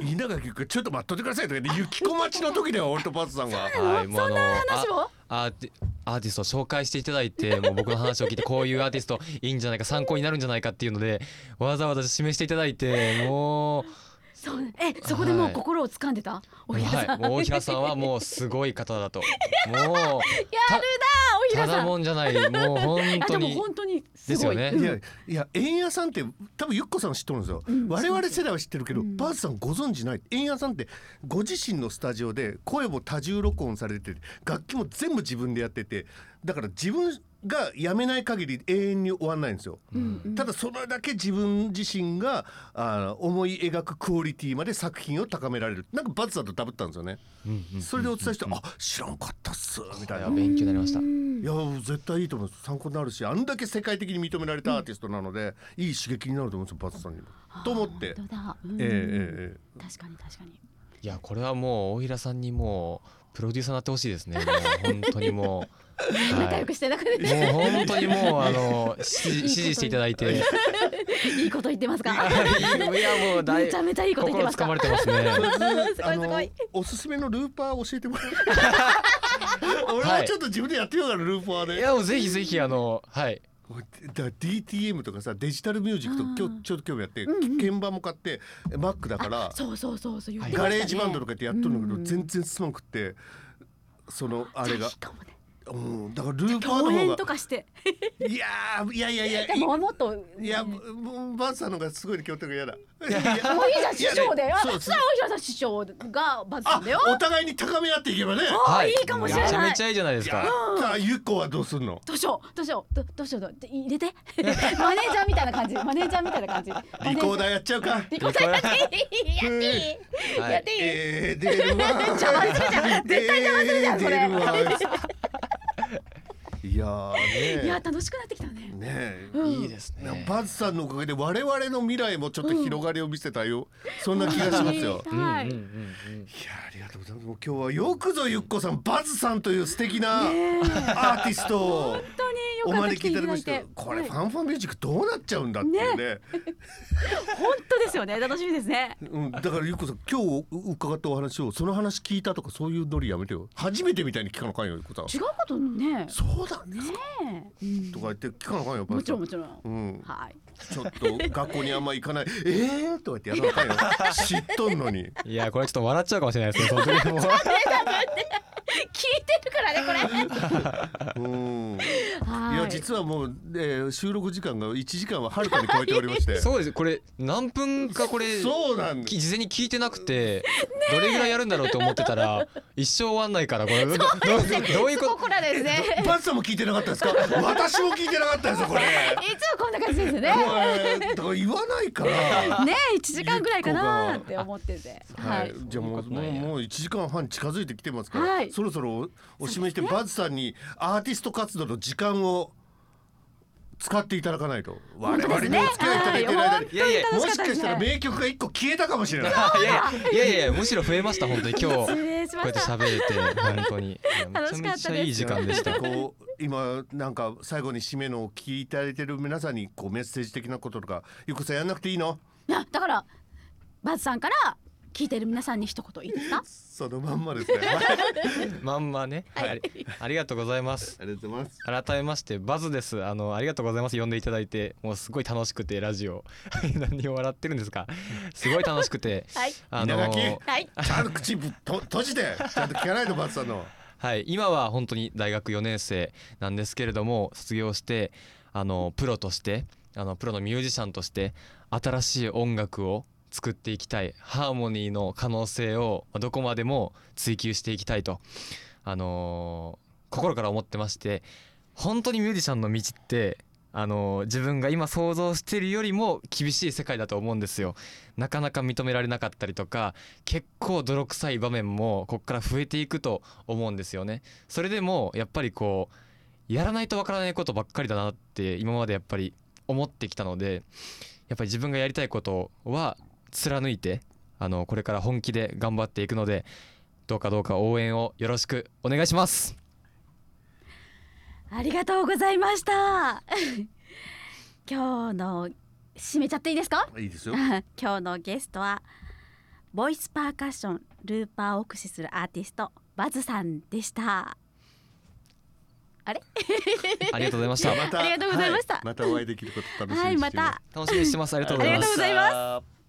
稲垣君ちょっと待っといてくださいとか言って雪子待ちの時だよ俺とパツさんが。
はいもうあの
話を
あアーティアーティストを紹介していただいてもう僕の話を聞いてこういうアーティストいいんじゃないか参考になるんじゃないかっていうのでわざわざ示していただいてもう
そうねえそこでも
は
う
い
心を掴んでたおひらさん
はい、もう 大平さんはもうすごい方だと。もう
おひ
た
ら
だ
さん
もんじゃない、もう本
あ
当
でも
に。
本当にす
です
ご
よ
い
ね
い
うん
やいや円屋さんって多分ゆっこさんは知ってるんですよ、
うん
我々世代は知ってるけど、
うん
バースさんご存知ない円屋さんってご自身のスタジオで声も多重録音されてて楽器も全部自分でやっててだから自分がやめない限り永遠に終わんないんですよ、
うんうん
ただそれだけ自分自身があー思い描くクオリティまで作品を高められるなんかバツさんとダブったんですよね、
うんうん
それでお伝えして、あ知らんかったっすみたいな
これは勉強になりました。
いや絶対いいと思います参考になるしあんだけ世界的に認められたアーティストなので、いい刺激になると思うんですよバツさんにも。と思って、
本当だう
え
ん
ええええ
確かに確かに
いや、これはもう大平さんにもうプロデューサーになってほしい ですね。もう本当にもう。は
仲良
い
くして仲良 く
もう本当にもうあの指示指示していただい て、いや
いいこと言ってますか
もうだい
めちゃめちゃいいこと言って
心
ます
掴
か
まれてますね。
え
すごいすごい
あのおすすめのルーパー教えてもらえ る俺もちょっと自分でやってようかなルーパー
い
で、
やもうぜひぜひあのはい。
だから DTM とかさデジタルミュージックと
うん
今日ちょっと興味あって、
うんうん
鍵盤も買ってマックだから
そうそうそうそう言ってました
ガ
ね
レージバンドとかやってやっとるんだけど、
うん
全然進まんくってそのあれ
じゃ
が
いい、かもね
うん、だからルーパーの
共
方
演と
が
かして
いやーいやいやいや
でももっとね
いや、
もう
もうバンさんの方がすごいね今日とか嫌だ。いや
いいじゃん師匠であそ
そう
したらおひらさん師匠がバズっ
あ
んだよ、
お互いに高め合っていけばね。
はい。
いいかもしれない
めちゃめちゃいいじゃないですか。
さあゆっこはどうすんの？
どうしようどうしようどどうしようどで入れて マネージャーみたいな感じマネージャーみたいな感じ
リコーダーやっちゃうか。
リコーダーやっていい
はい
やっていい、
えー、出るわ。
邪魔する じゃん絶対邪魔するじゃんそれ
えー出るわいやー
いや
ね
楽しくなってきたね
え。ねえ。
うん
いいですね。
バズさんのおかげで我々の未来もちょっと広がりを見せたよ、そんな気がしますよ。
うんうんうん
は
う
い
ん。
いやありがとうございますもう今日はよくぞゆっこさんバズさんという素敵なアーティストを
本当によ
お
かった
招
来
き
て
い
い
ただき
ただ
ま
い
した
て
よこれ
はい
ファンファンミュージックどうなっちゃうんだっていうね
本当ですよね楽しみですね
うん、だからゆっこさん今日伺ったお話をその話聞いたとかそういうノリやめてよ初めてみたいに聞かなあかんよゆっこさん
違うことね
そうだね
ねえうん
とか言って聞かなあかんよ
もちろ
バ
んも
ズ
ちろん
さんうん、
はい
ちょっと学校にあんま行か ないええー、とか言ってやらなあかんよ知っとんのに
いやこれちょっと笑っちゃうかもしれないですね。その時もう。
聞いてるからねこれ
うん、い、
は
や実はもう、えー収録時間が1時間ははるかに超えておりまして
そうですこれ何分かこれ
そうなんです
き事前に聞いてなくてどれぐらいやるんだろうと思って たら一生終わんないからこれどどどういう
す
こ
ごくらです ね
バズさんも聞いてなかった ですか私も聞いてなかったですよこれ
いつもこんな感じですよね
これだから言わない から
ねえ1時間ぐらいかなって思ってて
は
はいい、
じゃあもう
そういうことな
も
ん
う
や
もう一時間半近づいてきてますから、
はい
そろそろおお示ししてバズさんにアーティスト活動の時間を使っていただかないと我々にお付き合いいただいてる間に、
といやいや
もしかしたら名曲が一個消えたかもしれない。
いやいやいやいやむしろ増えました本当に今日こ
失礼し
う
ま
やっ
してた
喋れて本当にめちゃめちゃいい時間でした。
こう今なんか最後に締めのを聞いていただいてる皆さんにこうメッセージ的なこととかゆっこさんやんなくていいの
いやだからバズさんから
聞いてる皆さんに一言いいですか
そのまんまですね。はい
まんまね、はいありがとうございます
ありがとうございます。
改めましてバズですあのありがとうございます呼んでいただいてもうすごい楽しくてラジオ 何を笑ってるんですかすごい楽しくて
はい
あ
稲垣
はい
ちゃんと口ぶっと閉じてちゃんと聞かないとバツさんの。
はい、今は本当に大学4年生なんですけれども卒業してあのプロとしてあのプロのミュージシャンとして新しい音楽を作っていきたいハーモニーの可能性をまあどこまでも追求していきたいと、あのー心から思ってまして本当にミュージシャンの道って、あのー自分が今想像しているよりも厳しい世界だと思うんですよ。なかなか認められなかったりとか結構泥臭い場面もここから増えていくと思うんですよね。それでもやっぱりこうやらないとわからないことばっかりだなって今までやっぱり思ってきたのでやっぱり自分がやりたいことは貫いてあのこれから本気で頑張っていくのでどうかどうか応援をよろしくお願いし ます
ありがとうございました 今日の締めちゃっていいですか
いいですよ。
今
今日のゲストはボイスパーカッションルーパーを駆使するアーティストバズさんでした
ありがとうございま した
また
ありがとうございました
はまたお会いできること楽しみにして
はいまた
楽しみにしてますありがとうご
あ
ざ
りが
いま
とう
す
ございます